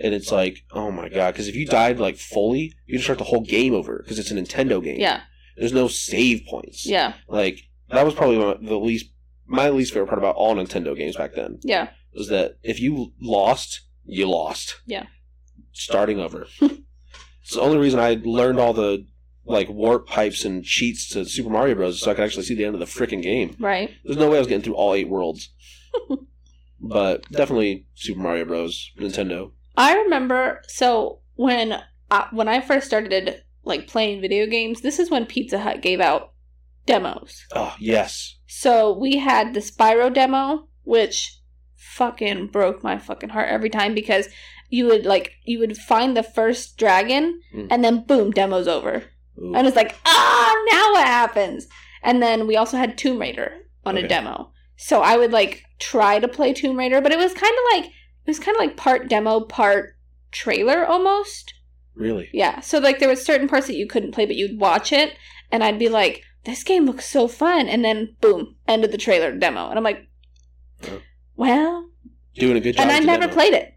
Speaker 2: And it's like, oh my god, because if you died like fully, you just start the whole game over because it's a Nintendo game.
Speaker 1: Yeah.
Speaker 2: There's no save points.
Speaker 1: Yeah.
Speaker 2: Like that was probably my, the least my least favorite part about all Nintendo games back then
Speaker 1: Yeah.
Speaker 2: was that if you lost, you lost.
Speaker 1: Yeah.
Speaker 2: Starting over. it's the only reason I learned all the like warp pipes and cheats to Super Mario Bros. so I could actually see the end of the freaking game.
Speaker 1: Right.
Speaker 2: There's no way I was getting through all eight worlds. but definitely Super Mario Bros. Nintendo.
Speaker 1: I remember so when I, when I first started like playing video games, this is when Pizza Hut gave out demos.
Speaker 2: Oh yes.
Speaker 1: So we had the Spyro demo, which fucking broke my fucking heart every time because you would like you would find the first dragon
Speaker 2: Mm.
Speaker 1: and then boom, demo's over.
Speaker 2: Ooh.
Speaker 1: And it's like, ah, now what happens? And then we also had Tomb Raider on
Speaker 2: Okay.
Speaker 1: a demo. So I would like try to play Tomb Raider, but it was kind of like it was kind of like part demo, part trailer almost.
Speaker 2: Really?
Speaker 1: Yeah. So like there was certain parts that you couldn't play, but you'd watch it, and I'd be like, "This game looks so fun," and then boom, end of the trailer demo, and I'm like,
Speaker 2: Oh.
Speaker 1: "Well,"
Speaker 2: Doing a good job.
Speaker 1: and I
Speaker 2: with the
Speaker 1: never
Speaker 2: demo.
Speaker 1: played it.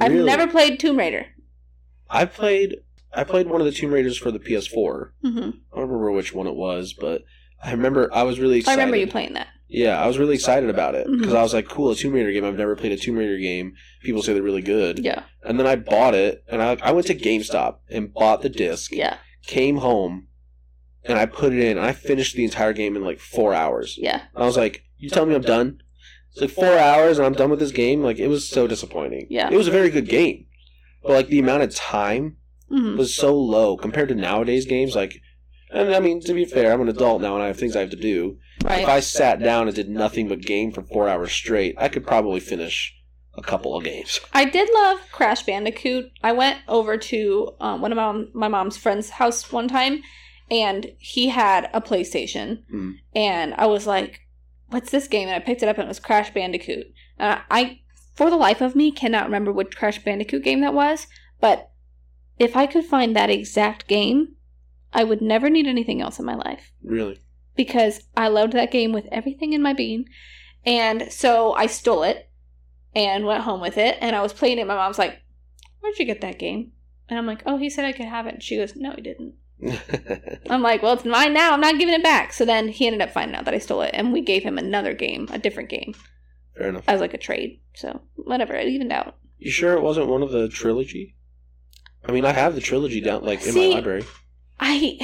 Speaker 1: I've
Speaker 2: Really?
Speaker 1: never played Tomb Raider.
Speaker 2: I played I played one of the Tomb Raiders for the PS4.
Speaker 1: hmm
Speaker 2: I don't remember which one it was, but I remember I was really
Speaker 1: I
Speaker 2: excited.
Speaker 1: remember you playing that.
Speaker 2: Yeah, I was really excited about it because
Speaker 1: Mhm.
Speaker 2: I was like, "Cool, a Tomb Raider game. I've never played a Tomb Raider game. People say they're really good."
Speaker 1: Yeah.
Speaker 2: And then I bought it, and I I went to GameStop and bought the disc.
Speaker 1: Yeah.
Speaker 2: Came home, and I put it in, and I finished the entire game in like four hours.
Speaker 1: Yeah.
Speaker 2: I was like, "You tell me I'm done." It's like four hours, and I'm done with this game. Like it was so disappointing.
Speaker 1: Yeah.
Speaker 2: It was a very good game, but like the amount of time
Speaker 1: hmm
Speaker 2: was so low compared to nowadays games. Like, and I mean to be fair, I'm an adult now, and I have things I have to do. If
Speaker 1: Right.
Speaker 2: I sat down and did nothing but game for four hours straight, I could probably finish a couple of games.
Speaker 1: I did love Crash Bandicoot. I went over to um, one of my, my mom's friend's house one time, and he had a PlayStation,
Speaker 2: Hmm.
Speaker 1: and I was like, "What's this game?" And I picked it up, and it was Crash Bandicoot. And I, I, for the life of me, cannot remember what Crash Bandicoot game that was. But if I could find that exact game, I would never need anything else in my life
Speaker 2: Really?
Speaker 1: because I loved that game with everything in my being. And so I stole it and went home with it. And I was playing it. My mom's like, where'd you get that game? And I'm like, oh, he said I could have it. And she goes, no, he didn't. I'm like, well, it's mine now. I'm not giving it back. So then he ended up finding out that I stole it, and we gave him another game, a different game,
Speaker 2: Fair enough.
Speaker 1: as like a trade. So whatever, it evened out.
Speaker 2: You sure it wasn't one of the trilogy? I mean, I have the trilogy down like in
Speaker 1: See-
Speaker 2: my library.
Speaker 1: I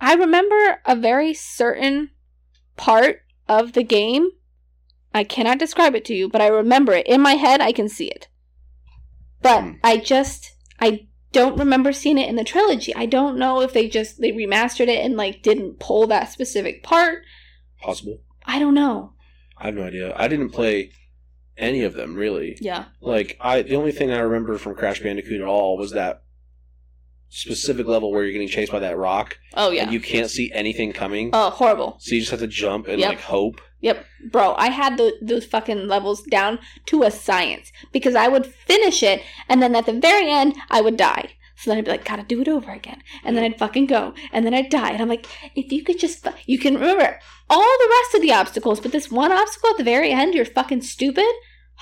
Speaker 1: I remember a very certain part of the game. I cannot describe it to you, but I remember it in my head. I can see it, but
Speaker 2: Hmm.
Speaker 1: I just I don't remember seeing it in the trilogy. I don't know if they just they remastered it and like didn't pull that specific part.
Speaker 2: Possible.
Speaker 1: I don't know.
Speaker 2: I have no idea. I didn't play any of them really.
Speaker 1: Yeah,
Speaker 2: Like I, the only thing I remember from Crash Bandicoot at all was that specific level where you're getting chased by that rock
Speaker 1: Oh yeah.
Speaker 2: and you can't see anything coming.
Speaker 1: oh, horrible.
Speaker 2: So you just have to jump and
Speaker 1: Yep.
Speaker 2: like hope.
Speaker 1: Yep, bro. I had tho- those fucking levels down to a science because I would finish it, and then at the very end, I would die. So then I'd be like, gotta do it over again, and then I'd fucking go, and then I'd die, and I'm like, if you could just, fu- you can remember all the rest of the obstacles, but this one obstacle at the very end, you're fucking stupid.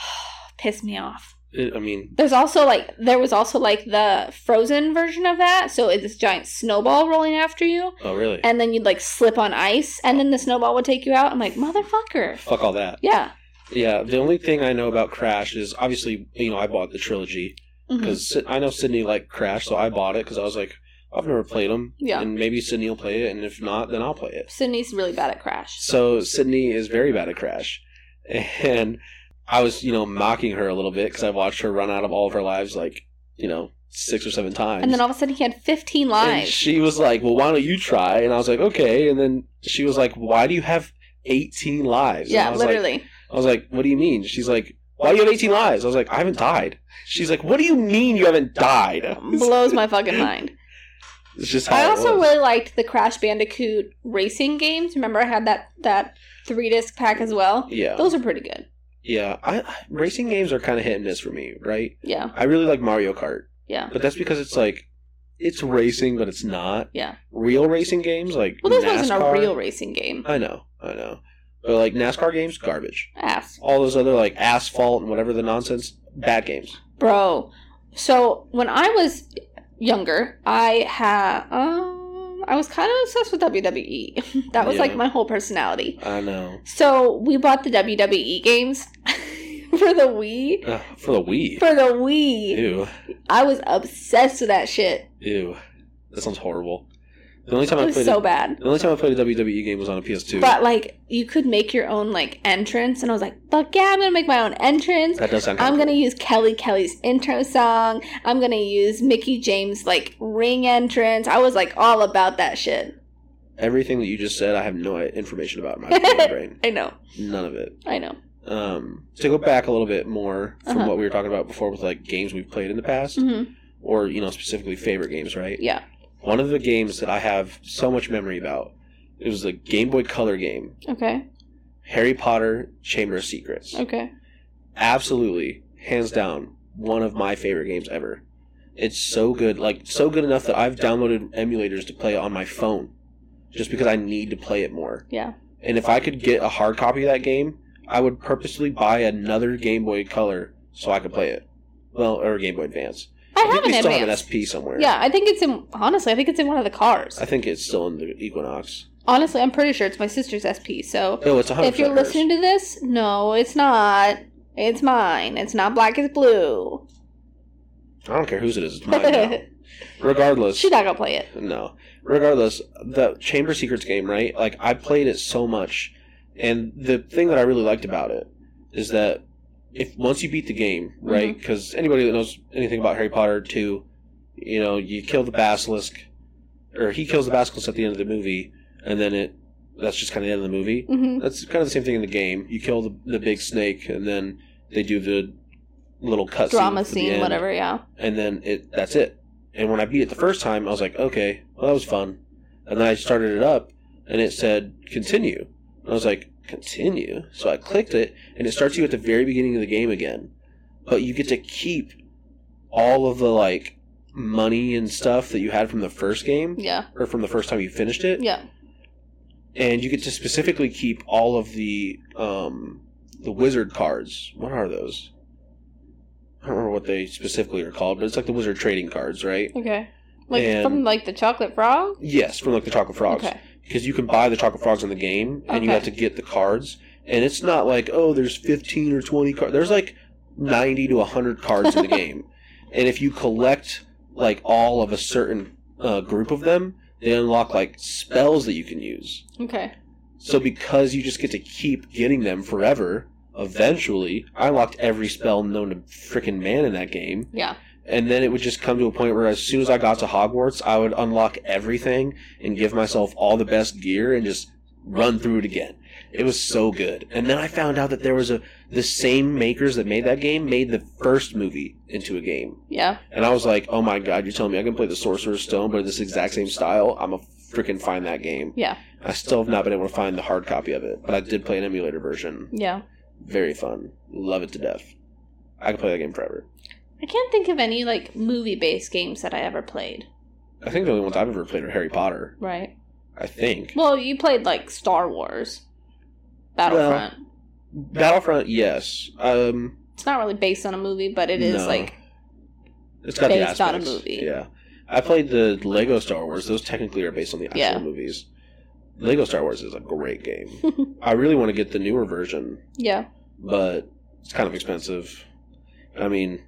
Speaker 1: Piss me off.
Speaker 2: It- I mean,
Speaker 1: There's also like there was also like the frozen version of that, so it's this giant snowball rolling after you,
Speaker 2: oh really?
Speaker 1: and then you'd like slip on ice, and then the snowball would take you out. I'm like, motherfucker.
Speaker 2: Fuck all that.
Speaker 1: Yeah.
Speaker 2: Yeah, the only thing I know about Crash is obviously you know I bought the trilogy
Speaker 1: Mhm.
Speaker 2: because I know Sydney liked Crash, so I bought it because I was like, I've never played them,
Speaker 1: Yeah.
Speaker 2: and maybe Sydney will play it, and if not, then I'll play it.
Speaker 1: Sydney's really bad at Crash.
Speaker 2: So Sydney is very bad at Crash, and I was you know mocking her a little bit because I watched her run out of all of her lives like you know six or seven times,
Speaker 1: And then all of a sudden he had 15
Speaker 2: And
Speaker 1: lives.
Speaker 2: she was like, "Well, why don't you try?" And I was like, "Okay." And then she was like, "Why do you have 18 lives?" And I
Speaker 1: yeah,
Speaker 2: was like-
Speaker 1: literally.
Speaker 2: I was like, "What do you mean?" She's like, "Why do you have 18 lives?" I was like, "I haven't died." She's like, "What do you mean you haven't died?"
Speaker 1: Blows my fucking mind.
Speaker 2: It's just how
Speaker 1: I
Speaker 2: it
Speaker 1: also
Speaker 2: was.
Speaker 1: really liked the Crash Bandicoot racing games. Remember I had that that 3 disc pack as well?
Speaker 2: yeah,
Speaker 1: Those are pretty good.
Speaker 2: yeah. I, I- racing games are kind of hit and miss for me, right?
Speaker 1: Yeah.
Speaker 2: I really like Mario Kart,
Speaker 1: Yeah.
Speaker 2: but that's because it's like it's racing, but it's not.
Speaker 1: Yeah.
Speaker 2: Real racing games like
Speaker 1: Well, this
Speaker 2: NASCAR,
Speaker 1: wasn't a real racing game.
Speaker 2: I know, I know, but like NASCAR games, garbage.
Speaker 1: Ass.
Speaker 2: all those other like asphalt and whatever the nonsense bad games
Speaker 1: Bro. So, when I was younger, I had um I was kind of obsessed with WWE. that was
Speaker 2: Yeah.
Speaker 1: like my whole personality.
Speaker 2: i know
Speaker 1: So we bought the WWE games for the Wii.
Speaker 2: Ugh, for the wii
Speaker 1: For the Wii.
Speaker 2: ew
Speaker 1: I was obsessed with that shit.
Speaker 2: ew that sounds horrible the only time
Speaker 1: It
Speaker 2: i
Speaker 1: was
Speaker 2: played
Speaker 1: so
Speaker 2: a,
Speaker 1: bad.
Speaker 2: the only time i played a wwe game was on a ps2
Speaker 1: But like you could make your own like entrance and I was like, fuck yeah, I'm gonna make my own entrance.
Speaker 2: that does sound kinda
Speaker 1: I'm gonna
Speaker 2: cool.
Speaker 1: use Kelly Kelly's intro song. I'm gonna use Mickey James like ring entrance. I was like all about that shit.
Speaker 2: everything that you just said i have no information about in my fucking brain
Speaker 1: I know,
Speaker 2: none of it
Speaker 1: I know.
Speaker 2: um to go back a little bit more from
Speaker 1: Uh-huh.
Speaker 2: what we were talking about before with like games we've played in the past
Speaker 1: hmm
Speaker 2: or you know specifically favorite games right
Speaker 1: Yeah.
Speaker 2: one of the games that i have so much memory about it was the game boy color game
Speaker 1: Okay.
Speaker 2: Harry Potter Chamber of Secrets.
Speaker 1: Okay.
Speaker 2: Absolutely, hands down, one of my favorite games ever. It's so good, like so good enough that I've downloaded emulators to play it on my phone just because I need to play it more.
Speaker 1: Yeah.
Speaker 2: And if I could get a hard copy of that game, I would purposely buy another Game Boy Color so I could play it. Well, or Game Boy Advance.
Speaker 1: I, have an
Speaker 2: we still have an
Speaker 1: advance.
Speaker 2: SP somewhere.
Speaker 1: Yeah, I think it's in. Honestly, I think it's in one of the cars.
Speaker 2: I think it's still in the Equinox.
Speaker 1: Honestly, I'm pretty sure it's my sister's SP. So
Speaker 2: Oh, it's 100%.
Speaker 1: if you're
Speaker 2: hers.
Speaker 1: listening to this, no, it's not. It's mine. It's not black, it's blue.
Speaker 2: I don't care whose it is. It's mine now.
Speaker 1: She's
Speaker 2: Regardless.
Speaker 1: not gonna play it.
Speaker 2: No. Regardless, the Chamber Secrets game, right? Like I played it so much, and the thing that I really liked about it is that if once you beat the game,
Speaker 1: Mm-hmm.
Speaker 2: right? Because anybody that knows anything about Harry Potter two, you know, you kill the basilisk, or he kills the basilisk at the end of the movie, and then it that's just kind of the end of the movie.
Speaker 1: hmm
Speaker 2: That's kind of the same thing in the game. You kill the, the big snake, and then they do the little cut
Speaker 1: Drama
Speaker 2: at the
Speaker 1: scene,
Speaker 2: end
Speaker 1: whatever. Yeah.
Speaker 2: and then it that's it. And when I beat it the first time, I was like, okay, well that was fun. And then I started it up, and it said continue. And I was like, continue. So I clicked it, and it starts you at the very beginning of the game again. But you get to keep all of the like money and stuff that you had from the first game
Speaker 1: Yeah.
Speaker 2: or from the first time you finished it,
Speaker 1: Yeah.
Speaker 2: and you get to specifically keep all of the um, the wizard cards. What are those? I don't remember what they specifically are called, but it's like the wizard trading cards, right?
Speaker 1: Okay. Like
Speaker 2: And-
Speaker 1: from like the chocolate frog?
Speaker 2: Yes, from like the chocolate frogs.
Speaker 1: Okay.
Speaker 2: Because you can buy the chocolate frogs in the game, and you
Speaker 1: Okay.
Speaker 2: have to get the cards. And it's not like oh, there's fifteen or twenty cards. There's like ninety to hundred cards in the game, and if you collect like all of a certain uh, group of them, they unlock like spells that you can use.
Speaker 1: Okay.
Speaker 2: So because you just get to keep getting them forever, eventually I unlocked every spell known to frickin' man in that game
Speaker 1: Yeah.
Speaker 2: and then it would just come to a point where as soon as I got to Hogwarts, I would unlock everything and give myself all the best gear and just run through it again. It was so good. And then I found out that there was a the same makers that made that game made the first movie into a game.
Speaker 1: Yeah.
Speaker 2: And I was like, "Oh my god, you're telling me I can play the Sorcerer's Stone but in this exact same style? I'm a freaking find that game."
Speaker 1: Yeah.
Speaker 2: I still have not been able to find the hard copy of it, but I did play an emulator version.
Speaker 1: Yeah.
Speaker 2: Very fun. Love it to death. I could play that game forever.
Speaker 1: I can't think of any like movie based games that I ever played.
Speaker 2: I think the only ones I've ever played are Harry Potter.
Speaker 1: Right.
Speaker 2: I think.
Speaker 1: Well, you played like Star Wars. Battlefront.
Speaker 2: Battlefront, yes. Um,
Speaker 1: it's not really based on a movie, but it is
Speaker 2: No.
Speaker 1: like
Speaker 2: it's got the
Speaker 1: Based on a
Speaker 2: aspects.
Speaker 1: movie.
Speaker 2: Yeah, I played the Lego Star Wars. Those technically are based on the actual
Speaker 1: Yeah.
Speaker 2: movies. Lego Star Wars is a great game. I really want to get the newer version,
Speaker 1: yeah.
Speaker 2: but it's kind of expensive. I mean,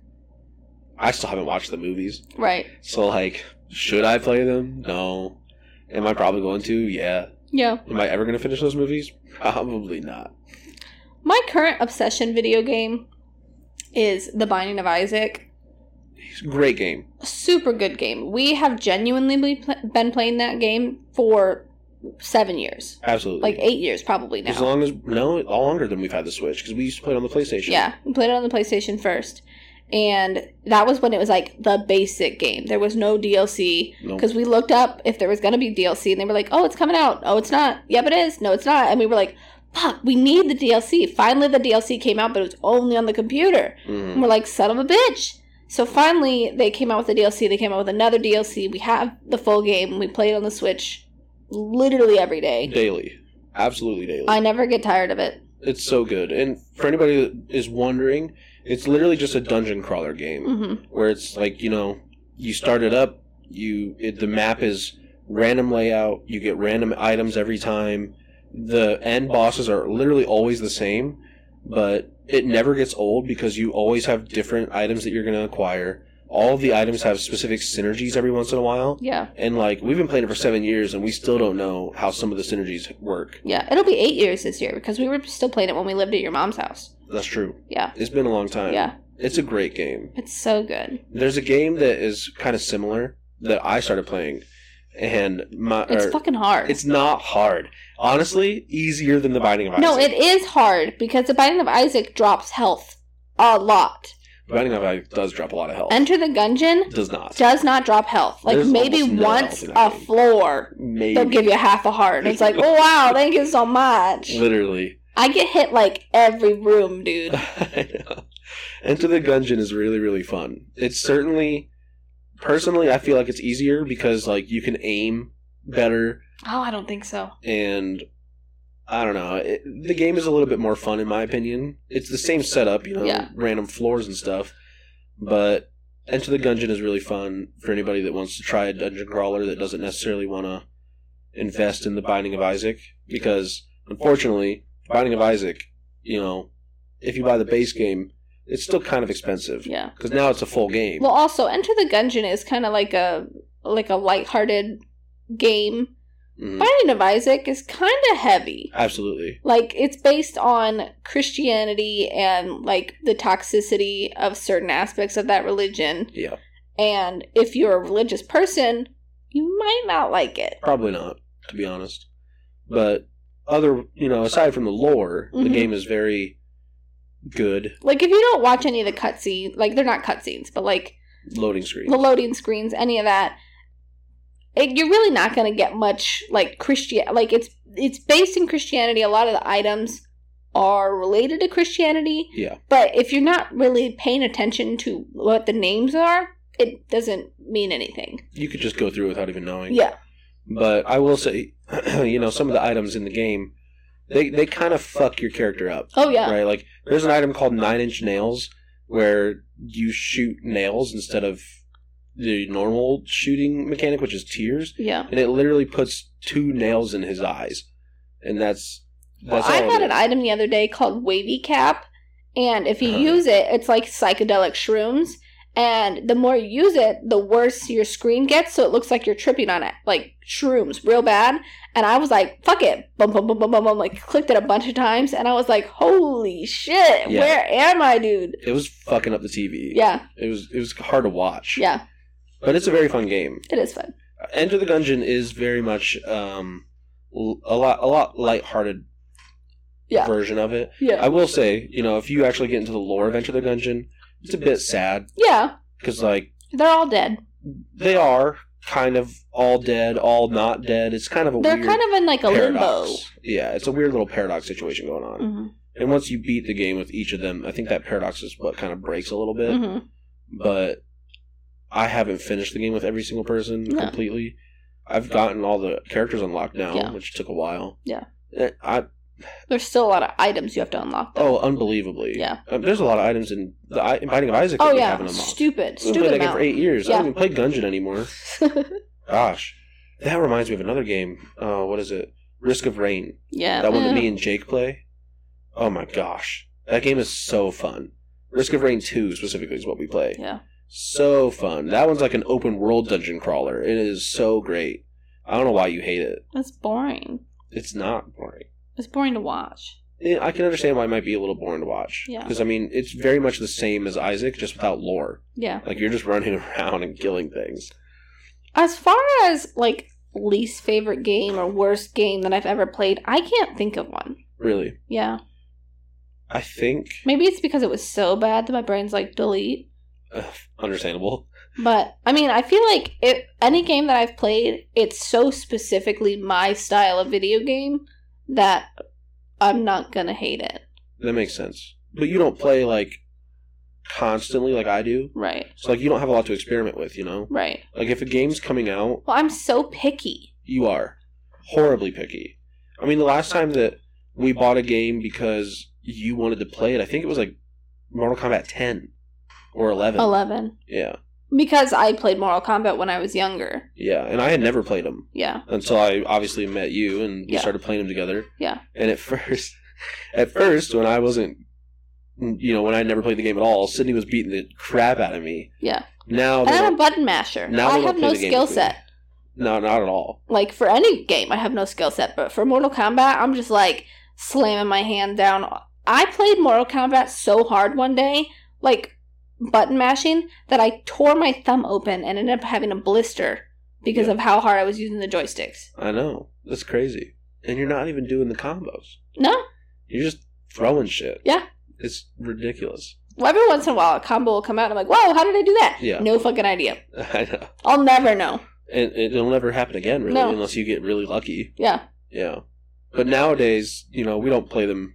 Speaker 2: I still haven't watched the movies,
Speaker 1: Right.
Speaker 2: so like, should I play them? No. Am I probably going to? Yeah.
Speaker 1: Yeah.
Speaker 2: Am I ever going to finish those movies? Probably not.
Speaker 1: My current obsession video game is The Binding of Isaac.
Speaker 2: Great game.
Speaker 1: Super good game. We have genuinely be- pl- been playing that game for seven years,
Speaker 2: Absolutely.
Speaker 1: like eight years probably now.
Speaker 2: As long as no, longer than we've had the Switch because we used to play it on the PlayStation.
Speaker 1: Yeah, we played it on the PlayStation first. And that was when it was like the basic game. There was no DLC.
Speaker 2: No.
Speaker 1: Because we looked up if there was going to be DLC and they were like, oh, it's coming out. Oh, it's not. Yep, it is. No, it's not. And we were like, fuck, we need the DLC. Finally, the DLC came out, but it was only on the computer. And
Speaker 2: Mhm.
Speaker 1: we're like, son of a bitch. So finally, they came out with the DLC. They came out with another DLC. We have the full game. We play it on the Switch literally every day.
Speaker 2: daily, absolutely daily.
Speaker 1: I never get tired of it.
Speaker 2: it's so good. And for anybody that is wondering, it's literally just a dungeon crawler game
Speaker 1: hmm
Speaker 2: where it's like you know you start it up, you it, the map is random layout, you get random items every time. The end bosses are literally always the same, but it never gets old because you always have different items that you're going to acquire. All of the items have specific synergies every once in a while.
Speaker 1: Yeah.
Speaker 2: And like we've been playing it for seven years, and we still don't know how some of the synergies work.
Speaker 1: Yeah. It'll be eight years this year because we were still playing it when we lived at your mom's house.
Speaker 2: That's true.
Speaker 1: Yeah.
Speaker 2: It's been a long time.
Speaker 1: Yeah.
Speaker 2: It's a great game.
Speaker 1: It's so good.
Speaker 2: There's a game that is kind of similar that I started playing, and my
Speaker 1: It's
Speaker 2: or-
Speaker 1: fucking hard.
Speaker 2: it's not hard. Honestly, easier than the Binding of Isaac.
Speaker 1: No, it is hard because the Binding of Isaac drops health a lot.
Speaker 2: The Binding of Isaac does drop a lot of health.
Speaker 1: Enter the Gungeon
Speaker 2: does not.
Speaker 1: does not drop health. Like
Speaker 2: There's
Speaker 1: maybe
Speaker 2: almost no
Speaker 1: once
Speaker 2: health in
Speaker 1: a
Speaker 2: that game.
Speaker 1: floor, they'll
Speaker 2: Maybe
Speaker 1: give you half a heart. It's like, oh wow, thank you so much.
Speaker 2: literally.
Speaker 1: I get hit like every room, dude.
Speaker 2: I know. Enter the Gungeon is really really fun. It's certainly personally I feel like it's easier because like you can aim better
Speaker 1: Oh, I don't think so.
Speaker 2: and I don't know. It, the game is a little bit more fun in my opinion. It's the same setup, you know,
Speaker 1: Yeah.
Speaker 2: random floors and stuff, but Enter the Gungeon is really fun for anybody that wants to try a dungeon crawler that doesn't necessarily want to invest in the Binding of Isaac because unfortunately, Binding of Isaac, you know, if you buy the base game, it's still kind of expensive
Speaker 1: Yeah.
Speaker 2: because now it's a full game.
Speaker 1: Well, also Enter the Gungeon is kind of like a like a lighthearted game.
Speaker 2: Mhm.
Speaker 1: Binding of Isaac is kind of heavy.
Speaker 2: Absolutely.
Speaker 1: like it's based on christianity and like the toxicity of certain aspects of that religion
Speaker 2: Yeah,
Speaker 1: and if you're a religious person you might not like it
Speaker 2: probably not to be honest. But other, you know, aside from the lore, the
Speaker 1: Mhm.
Speaker 2: game is very good
Speaker 1: like if you don't watch any of the cutscenes like they're not cutscenes but like
Speaker 2: loading screen.
Speaker 1: the loading screens any of that it, you're really not going to get much like christian like it's it's based in christianity a lot of the items are related to christianity
Speaker 2: yeah,
Speaker 1: But if you're not really paying attention to what the names are, it doesn't mean anything.
Speaker 2: you could just go through without even knowing.
Speaker 1: Yeah.
Speaker 2: But I will say, you know, some of the items in the game, they they kind of fuck your character up.
Speaker 1: Oh yeah.
Speaker 2: Right? Like there's an item called Nine Inch Nails where you shoot nails instead of the normal shooting mechanic, which is tears,
Speaker 1: Yeah.
Speaker 2: and it literally puts two nails in his eyes, and that's that's
Speaker 1: I
Speaker 2: all.
Speaker 1: bought
Speaker 2: it
Speaker 1: an
Speaker 2: is.
Speaker 1: item the other day called Wavy Cap, and if you
Speaker 2: Huh.
Speaker 1: use it, it's like psychedelic shrooms. And the more you use it, the worse your screen gets, so it looks like you're tripping on it, like shrooms, real bad. And I was like, "Fuck it!" Bum bum bum bum bum. bum like clicked it a bunch of times, and I was like, "Holy shit!
Speaker 2: Yeah.
Speaker 1: Where am I, dude?"
Speaker 2: It was fucking up the TV.
Speaker 1: Yeah,
Speaker 2: It was it was hard to watch.
Speaker 1: yeah,
Speaker 2: But it's a very fun game.
Speaker 1: it is fun.
Speaker 2: Enter the Gungeon is very much um, l- a lot a lot lighthearted
Speaker 1: Yeah.
Speaker 2: version of it.
Speaker 1: Yeah,
Speaker 2: I will say, you know, if you actually get into the lore of Enter the Gungeon, it's a bit sad
Speaker 1: yeah,
Speaker 2: because like
Speaker 1: they're all dead.
Speaker 2: they are kind of all dead, all not dead. It's kind of a
Speaker 1: They're
Speaker 2: weird
Speaker 1: kind of in like a
Speaker 2: paradox.
Speaker 1: limbo.
Speaker 2: Yeah, it's a weird little paradox situation going on.
Speaker 1: hmm
Speaker 2: And once you beat the game with each of them, I think that paradox is what kind of breaks a little bit.
Speaker 1: hmm
Speaker 2: but I haven't finished the game with every single person
Speaker 1: No.
Speaker 2: completely. I've gotten all the characters unlocked now,
Speaker 1: Yeah.
Speaker 2: which took a while.
Speaker 1: Yeah.
Speaker 2: Eh, I
Speaker 1: There's still a lot of items you have to unlock. Though.
Speaker 2: oh, unbelievably.
Speaker 1: Yeah.
Speaker 2: Um, there's a lot of items in the I- in Binding of Isaac
Speaker 1: Oh,
Speaker 2: that we
Speaker 1: yeah,
Speaker 2: haven't unlocked.
Speaker 1: stupid,
Speaker 2: We've played
Speaker 1: stupid
Speaker 2: that game for
Speaker 1: amount.
Speaker 2: eight years. I
Speaker 1: Yeah.
Speaker 2: don't even play Gungeon anymore. Gosh, that reminds me of another game. Uh, what is it? Risk of Rain.
Speaker 1: yeah,
Speaker 2: That one that
Speaker 1: eh.
Speaker 2: me and Jake play. Oh my gosh, that game is so fun. Risk of Rain Two specifically is what we play.
Speaker 1: Yeah.
Speaker 2: So fun. That one's like an open world dungeon crawler. It is so great. I don't know why you hate it.
Speaker 1: That's boring.
Speaker 2: It's not boring.
Speaker 1: It's boring to watch.
Speaker 2: Eh, I can understand why it might be a little boring to watch.
Speaker 1: Yeah.
Speaker 2: Because I mean, it's very much the same as Isaac, just without lore.
Speaker 1: Yeah.
Speaker 2: Like you're just running around and killing things.
Speaker 1: As far as like least favorite game or worst game that I've ever played, I can't think of one.
Speaker 2: Really.
Speaker 1: Yeah.
Speaker 2: I think
Speaker 1: Maybe it's because it was so bad that my brain's like delete.
Speaker 2: uh, understandable.
Speaker 1: But I mean, I feel like if any game that I've played, it's so specifically my style of video game that I'm not gonna hate it.
Speaker 2: That makes sense. But you don't play like constantly like I do.
Speaker 1: Right.
Speaker 2: So like you don't have a lot to experiment with, you know?
Speaker 1: Right.
Speaker 2: Like if a game's coming out
Speaker 1: Well, I'm so picky.
Speaker 2: You are horribly picky. I mean, the last time that we bought a game because you wanted to play it, I think it was like Mortal Kombat 10 or 11.
Speaker 1: Eleven.
Speaker 2: Yeah,
Speaker 1: Because I played Mortal Kombat when I was younger.
Speaker 2: yeah. And I had never played them
Speaker 1: Yeah.
Speaker 2: until I obviously met you and we
Speaker 1: Yeah.
Speaker 2: started playing them together.
Speaker 1: Yeah.
Speaker 2: And at first, at first, when I wasn't, you know, when I never played the game at all, Sydney was beating the crap out of me.
Speaker 1: Yeah.
Speaker 2: Now,
Speaker 1: And
Speaker 2: they
Speaker 1: I'm a
Speaker 2: don't-
Speaker 1: button masher.
Speaker 2: now
Speaker 1: I
Speaker 2: they don't
Speaker 1: have
Speaker 2: play
Speaker 1: no
Speaker 2: the game
Speaker 1: skill
Speaker 2: with me.
Speaker 1: set.
Speaker 2: no, not at all.
Speaker 1: like for any game i have no skill set but for mortal kombat i'm just like slamming my hand down i played mortal kombat so hard one day like button mashing that i tore my thumb open and ended up having a blister because
Speaker 2: Yeah.
Speaker 1: of how hard i was using the joysticks
Speaker 2: I know. That's crazy. And you're not even doing the combos.
Speaker 1: no
Speaker 2: You're just throwing shit.
Speaker 1: Yeah.
Speaker 2: It's ridiculous.
Speaker 1: well, every once in a while a combo will come out and i'm like whoa how did i do that
Speaker 2: Yeah.
Speaker 1: no fucking idea
Speaker 2: I know.
Speaker 1: i'll never know
Speaker 2: And it'll never happen again, really,
Speaker 1: No.
Speaker 2: unless you get really lucky.
Speaker 1: yeah
Speaker 2: Yeah. But nowadays, you know, we don't play them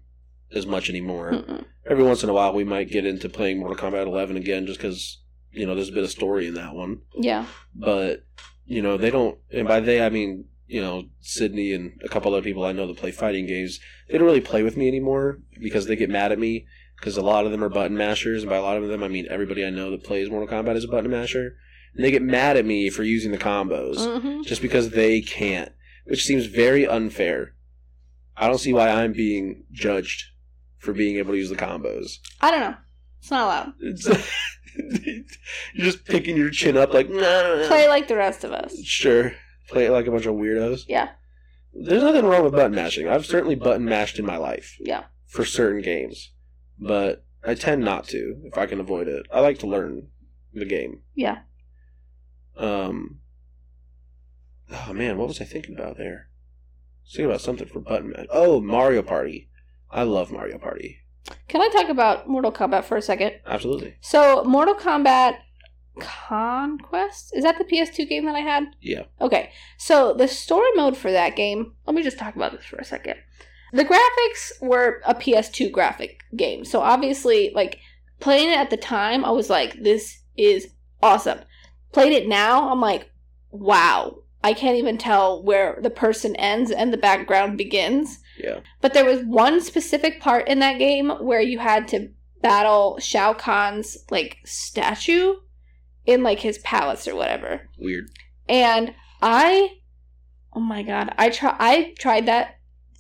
Speaker 2: as much anymore.
Speaker 1: Mm-mm.
Speaker 2: Every once in a while, we might get into playing Mortal Kombat 11 again just because, you know, there's a bit of story in that one.
Speaker 1: yeah
Speaker 2: But, you know, they don't, and by they, I mean, you know, Sydney and a couple other people I know that play fighting games, they don't really play with me anymore because they get mad at me because a lot of them are button mashers, and by a lot of them, I mean everybody I know that plays Mortal Kombat is a button masher. And they get mad at me for using the combos
Speaker 1: hmm
Speaker 2: just because they can't, which seems very unfair. I don't see why I'm being judged for being able to use the combos.
Speaker 1: i don't know it's not allowed
Speaker 2: It's You're just picking your chin up like, no, no, no.
Speaker 1: play like the rest of us
Speaker 2: Sure. Play it like a bunch of weirdos.
Speaker 1: yeah
Speaker 2: There's nothing wrong with button mashing. I've certainly button mashed in my life
Speaker 1: yeah
Speaker 2: for certain games, but I tend not to if I can avoid it. I like to learn the game.
Speaker 1: Yeah.
Speaker 2: Um. Oh man, what was I thinking about there? I was thinking about something for button mash. Oh, Mario Party. I love Mario Party.
Speaker 1: can i talk about mortal kombat for a second
Speaker 2: Absolutely.
Speaker 1: So, Mortal Kombat Conquest? Is that the PS2 game that I had?
Speaker 2: Yeah.
Speaker 1: Okay. So, the story mode for that game, let me just talk about this for a second. The graphics were a PS2 graphic game. So, obviously, like playing it at the time, I was like, this is awesome. Played it now, I'm like, wow. I can't even tell where the person ends and the background begins.
Speaker 2: Yeah.
Speaker 1: But there was one specific part in that game where you had to battle Shao Kahn's like statue in like his palace or whatever.
Speaker 2: Weird.
Speaker 1: And I oh my god, I try I tried that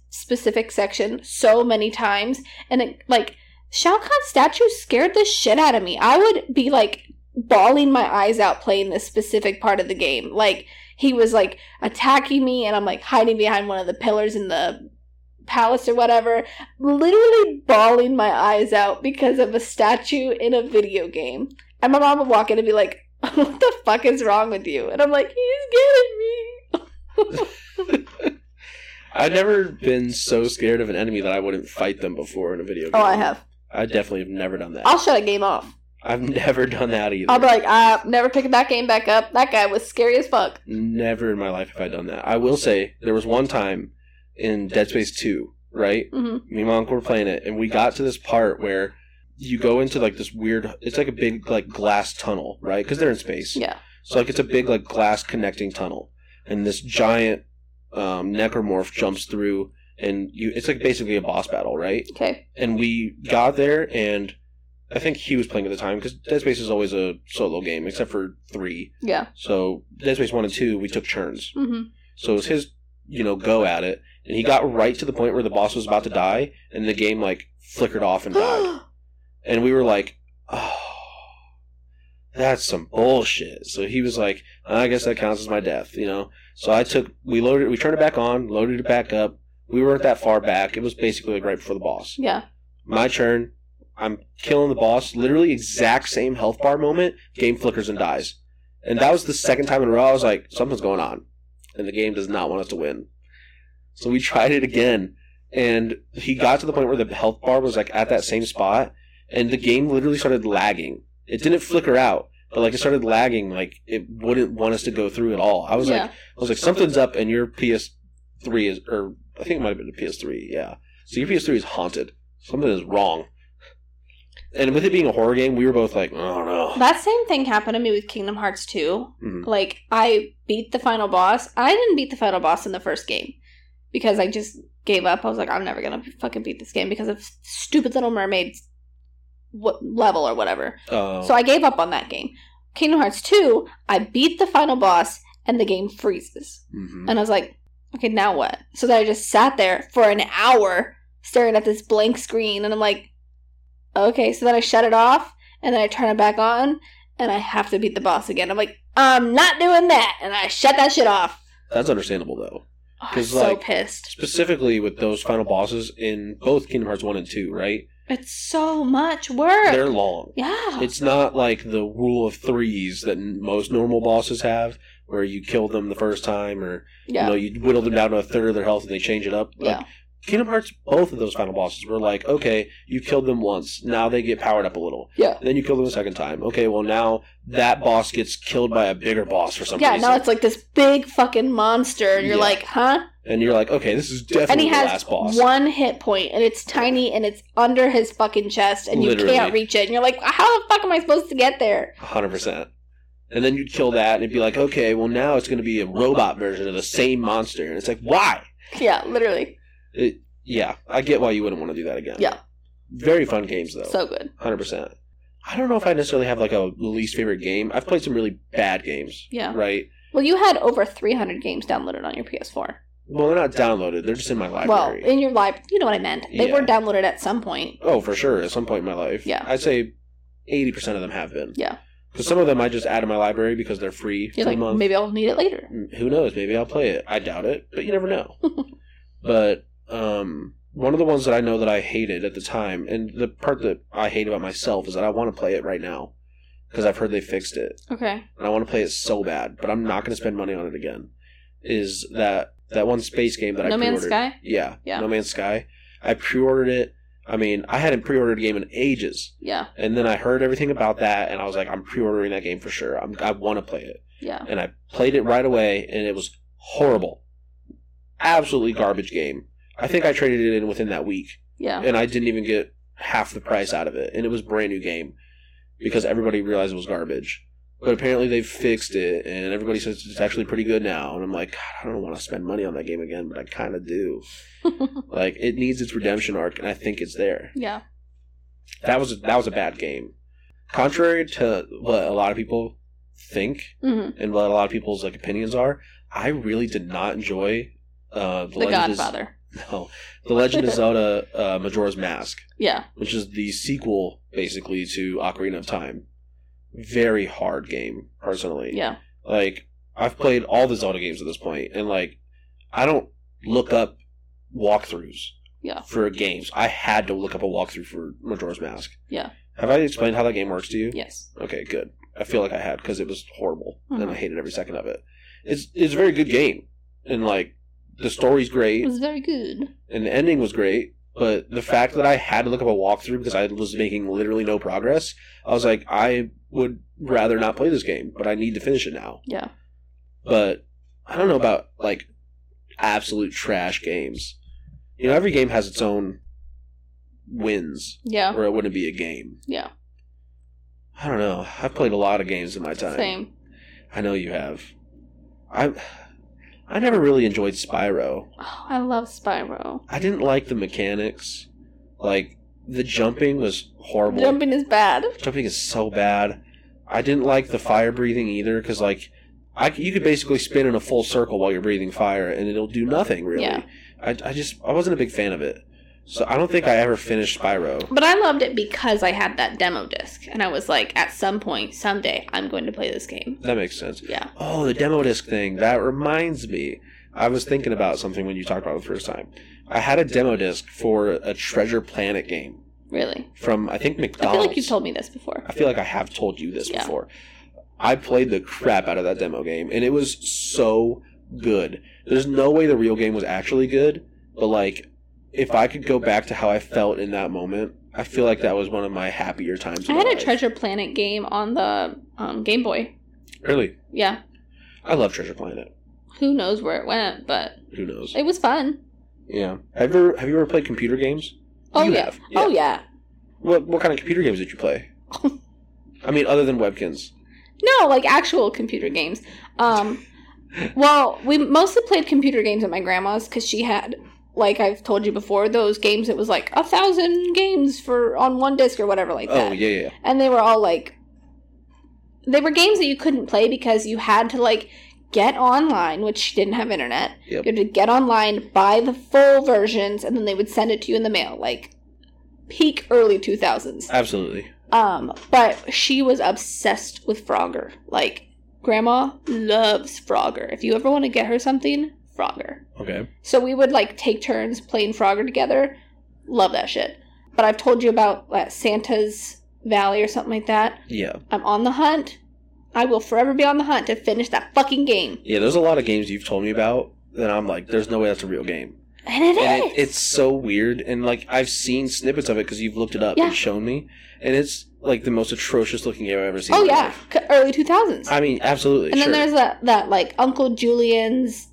Speaker 1: specific section so many times and it, like Shao Kahn's statue scared the shit out of me. I would be like bawling my eyes out playing this specific part of the game. Like he was like attacking me and I'm like hiding behind one of the pillars in the palace or whatever, literally bawling my eyes out because of a statue in a video game. And my mom would walk in and be like, What the fuck is wrong with you? And I'm like, He's getting me.
Speaker 2: I've never been so scared of an enemy that I wouldn't fight them before in a video game.
Speaker 1: oh, I have.
Speaker 2: I definitely have never done that.
Speaker 1: I'll shut a game off.
Speaker 2: I've never done that either.
Speaker 1: I'll be like, I never picking that game back up. That guy was scary as fuck.
Speaker 2: never in my life have I done that. I will say there was one time in Dead Space 2, right?
Speaker 1: hmm
Speaker 2: Me and my uncle were playing it, and we got to this part where you go into like this weird. It's like a big like glass tunnel, right? Because they're in space.
Speaker 1: Yeah.
Speaker 2: So like it's a big like glass connecting tunnel, and this giant um, necromorph jumps through, and you. It's like basically a boss battle, right?
Speaker 1: Okay.
Speaker 2: and we got there and i think he was playing at the time because dead space is always a solo game except for three
Speaker 1: Yeah.
Speaker 2: so Uh, dead space one and two we took turns
Speaker 1: hmm
Speaker 2: so it was his you know go at it and he got right to the point where the boss was about to die and the game like flickered off and died and we were like oh that's some bullshit so he was like i guess that counts as my death you know so i took we loaded we turned it back on loaded it back up we weren't that far back it was basically like right before the boss
Speaker 1: yeah.
Speaker 2: my turn. I'm killing the boss. Literally exact same health bar moment. Game flickers and dies. And that was the second time in a row I was like, something's going on. And the game does not want us to win. So we tried it again. And he got to the point where the health bar was like at that same spot. And the game literally started lagging. It didn't flicker out. But like it started lagging, like it wouldn't want us to go through at all. I was like,
Speaker 1: yeah.
Speaker 2: I was like, something's up, and your PS3 is, or I think it might have been a PS3, yeah. So your PS3 is haunted. Something is wrong. And with it being a horror game, we were both like, I don't know.
Speaker 1: That same thing happened to me with Kingdom Hearts 2.
Speaker 2: Mhm.
Speaker 1: Like, I beat the final boss. I didn't beat the final boss in the first game because I just gave up. I was like, I'm never going to fucking beat this game because of stupid Little Mermaid's what level or whatever.
Speaker 2: Uh,
Speaker 1: So I gave up on that game. Kingdom Hearts 2, I beat the final boss and the game freezes.
Speaker 2: mhm.
Speaker 1: And I was like, okay, now what? So then I just sat there for an hour staring at this blank screen. And I'm like, okay. So then I shut it off and then I turn it back on and I have to beat the boss again. I'm like, I'm not doing that. And I shut that shit off.
Speaker 2: That's understandable, though.
Speaker 1: Oh, I'm
Speaker 2: 'Cause,
Speaker 1: so
Speaker 2: like-
Speaker 1: pissed.
Speaker 2: Specifically with those final bosses in both Kingdom Hearts 1 and 2, right?
Speaker 1: It's so much work.
Speaker 2: They're long.
Speaker 1: yeah.
Speaker 2: It's not like the rule of threes that n- most normal bosses have, where you kill them the first time or
Speaker 1: yeah.
Speaker 2: you know you whittle them down to a third of their health and they change it up. Like,
Speaker 1: yeah.
Speaker 2: Kingdom Hearts, both of those final bosses were like, okay, you killed them once. Now they get powered up a little.
Speaker 1: Yeah.
Speaker 2: Then you kill them a second time. Okay, well, now that boss gets killed by a bigger boss for some
Speaker 1: Yeah.
Speaker 2: reason.
Speaker 1: Now it's like this big fucking monster. And you're
Speaker 2: Yeah.
Speaker 1: like, huh?
Speaker 2: and you're like, okay, this is
Speaker 1: and
Speaker 2: definitely
Speaker 1: he
Speaker 2: the
Speaker 1: has
Speaker 2: last boss.
Speaker 1: one hit point and it's tiny and it's under his fucking chest and
Speaker 2: Literally.
Speaker 1: you can't reach it and you're like how the fuck am i supposed to get there
Speaker 2: 100%. And then you'd kill that, and it'd be like, okay, well, now it's going to be a robot version of the same monster. And it's like, why?
Speaker 1: yeah literally
Speaker 2: It, yeah, I get why you wouldn't want to do that again.
Speaker 1: Yeah.
Speaker 2: Very fun games, though.
Speaker 1: so good
Speaker 2: hundred percent. I don't know if I necessarily have like a least favorite game. I've played some really bad games,
Speaker 1: yeah
Speaker 2: right?
Speaker 1: well you had over 300 games downloaded on your ps4
Speaker 2: Well, they're not downloaded; they're just in my
Speaker 1: well
Speaker 2: library.
Speaker 1: in your library you know what i meant they
Speaker 2: Yeah.
Speaker 1: were downloaded at some point
Speaker 2: oh, for sure, at some point in my life,
Speaker 1: Yeah.
Speaker 2: I'd say eighty percent of them have been.
Speaker 1: Yeah.
Speaker 2: because some of them I just add to my library because they're free
Speaker 1: you're
Speaker 2: for
Speaker 1: like
Speaker 2: the month. Mm,
Speaker 1: maybe i'll need it later
Speaker 2: Who knows? Maybe I'll play it. I doubt it, but you never know. but um, one of the ones that I know that I hated at the time, and the part that I hate about myself is that I want to play it right now because I've heard they fixed it.
Speaker 1: okay
Speaker 2: and I want to play it so bad, but I'm not going to spend money on it again. Is that that one space game that I
Speaker 1: no man's
Speaker 2: pre-ordered.
Speaker 1: sky
Speaker 2: Yeah,
Speaker 1: Yeah.
Speaker 2: No Man's Sky. I pre-ordered it. I mean, I hadn't pre-ordered a game in ages,
Speaker 1: yeah
Speaker 2: and then I heard everything about that, and I was like, I'm pre-ordering that game for sure. I'm, I want to play it,
Speaker 1: yeah
Speaker 2: and I played it right away, and it was horrible, absolutely garbage game. I think I traded it in within that week,
Speaker 1: yeah
Speaker 2: and I didn't even get half the price out of it, and it was a brand new game because everybody realized it was garbage. But apparently they've fixed it, and everybody says it's actually pretty good now. And I'm like, God, I don't want to spend money on that game again, but I kind of do. like, it needs its redemption arc, and I think it's there.
Speaker 1: yeah
Speaker 2: That was that was a bad game. Contrary to what a lot of people think
Speaker 1: Mm-hmm.
Speaker 2: and what a lot of people's like opinions are, I really did not enjoy uh,
Speaker 1: The
Speaker 2: Legend of-
Speaker 1: Godfather.
Speaker 2: no, The Legend of Zelda uh, Majora's Mask,
Speaker 1: Yeah.
Speaker 2: which is the sequel basically to Ocarina of Time. Very hard game, personally.
Speaker 1: Yeah.
Speaker 2: Like I've played all the Zelda games at this point, and like I don't look up walkthroughs.
Speaker 1: Yeah.
Speaker 2: For games, I had to look up a walkthrough for Majora's Mask.
Speaker 1: Yeah.
Speaker 2: Have I explained how that game works to you?
Speaker 1: Yes.
Speaker 2: Okay, good. I feel like I had because it was horrible and I
Speaker 1: Mhm.
Speaker 2: hated every second of it. It's it's a very good game, and like the story's
Speaker 1: It
Speaker 2: great
Speaker 1: was very good.
Speaker 2: and the ending was great. But the fact that I had to look up a walkthrough because I was making literally no progress, I was like, I would rather not play this game, but I need to finish it now
Speaker 1: Yeah.
Speaker 2: but I don't know about like absolute trash games. You know, every game has its own wins,
Speaker 1: Yeah.
Speaker 2: or it wouldn't be a game.
Speaker 1: Yeah.
Speaker 2: I don't know. I've played a lot of games in my time.
Speaker 1: Same.
Speaker 2: I know you have. I I never really enjoyed Spyro.
Speaker 1: Oh, I love Spyro.
Speaker 2: I didn't like the mechanics. Like the jumping was horrible.
Speaker 1: Jumping is bad.
Speaker 2: jumping is so bad. I didn't like the fire breathing either because like I c you could basically spin in a full circle while you're breathing fire and it'll do nothing really.
Speaker 1: Yeah.
Speaker 2: I I just I wasn't a big fan of it, so I don't think I ever finished Spyro.
Speaker 1: But I loved it because I had that demo disc. And I was like, at some point, someday, I'm going to play this game.
Speaker 2: That makes sense.
Speaker 1: Yeah.
Speaker 2: Oh, the demo disc thing. That reminds me. I was thinking about something when you talked about it the first time. I had a demo disc for a Treasure Planet game
Speaker 1: Really.
Speaker 2: from I think
Speaker 1: I
Speaker 2: McDonald's.
Speaker 1: feel like you've told me this before.
Speaker 2: I feel like I have told you this
Speaker 1: Yeah.
Speaker 2: before. I played the crap out of that demo game, and it was so good. There's no way the real game was actually good, but like, if I could go back to how I felt in that moment, I feel like that was one of my happier times.
Speaker 1: I
Speaker 2: in
Speaker 1: had
Speaker 2: my
Speaker 1: a
Speaker 2: life.
Speaker 1: Treasure Planet game on the um, Game Boy.
Speaker 2: Really,
Speaker 1: Yeah.
Speaker 2: I love Treasure Planet.
Speaker 1: Who knows where it went, but
Speaker 2: Who knows?
Speaker 1: it was fun.
Speaker 2: Yeah. Have you ever, have you ever played computer games?
Speaker 1: Oh,
Speaker 2: You
Speaker 1: yeah.
Speaker 2: have.
Speaker 1: Oh, yeah.
Speaker 2: What what kind of computer games did you play? I mean, other than Webkins.
Speaker 1: No, like actual computer games. Um, well, we mostly played computer games at my grandma's because she had, like I've told you before, those games. It was like a thousand games for on one disc or whatever like that,
Speaker 2: Oh yeah, yeah.
Speaker 1: and they were all like, they were games that you couldn't play because you had to like get online, which she didn't have internet.
Speaker 2: Yep.
Speaker 1: You had to get online, buy the full versions, and then they would send it to you in the mail, like peak early two thousands.
Speaker 2: Absolutely.
Speaker 1: Um, but she was obsessed with Frogger. Like, grandma loves Frogger. If you ever want to get her something, Frogger.
Speaker 2: Okay.
Speaker 1: So we would like take turns playing Frogger together. Love that shit. But I've told you about uh, Santa's Valley or something like that.
Speaker 2: Yeah.
Speaker 1: I'm on the hunt. I will forever be on the hunt to finish that fucking game.
Speaker 2: Yeah, there's a lot of games you've told me about that I'm like, there's no way that's a real game.
Speaker 1: And it
Speaker 2: And
Speaker 1: is.
Speaker 2: it, it's so weird. And like, I've seen snippets of it because you've looked it up
Speaker 1: Yeah.
Speaker 2: and shown me. And it's like the most atrocious looking game I've ever seen.
Speaker 1: oh,
Speaker 2: in my
Speaker 1: yeah.
Speaker 2: life.
Speaker 1: C- Early 2000s.
Speaker 2: I mean, absolutely.
Speaker 1: and then
Speaker 2: sure.
Speaker 1: there's that, that, like, Uncle Julian's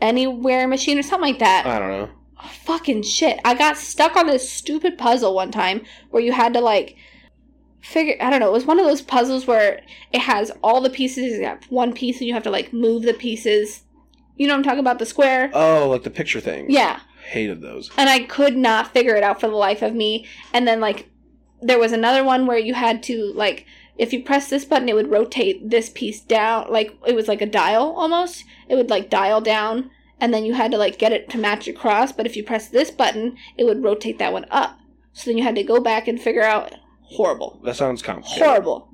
Speaker 1: Anywhere Machine or something like that. Oh,
Speaker 2: I don't know.
Speaker 1: fucking shit. I got stuck on this stupid puzzle one time where you had to like figure I don't know, it was one of those puzzles where it has all the pieces, you have one piece and you have to like move the pieces. You know what I'm talking about, the square?
Speaker 2: Oh, like the picture thing.
Speaker 1: Yeah.
Speaker 2: Hated those.
Speaker 1: And I could not figure it out for the life of me. And then like there was another one where you had to like if you press this button it would rotate this piece down like it was like a dial almost. It would like dial down and then you had to like get it to match your cross, but if you press this button, it would rotate that one up. So then you had to go back and figure out horrible.
Speaker 2: That sounds complicated.
Speaker 1: Horrible.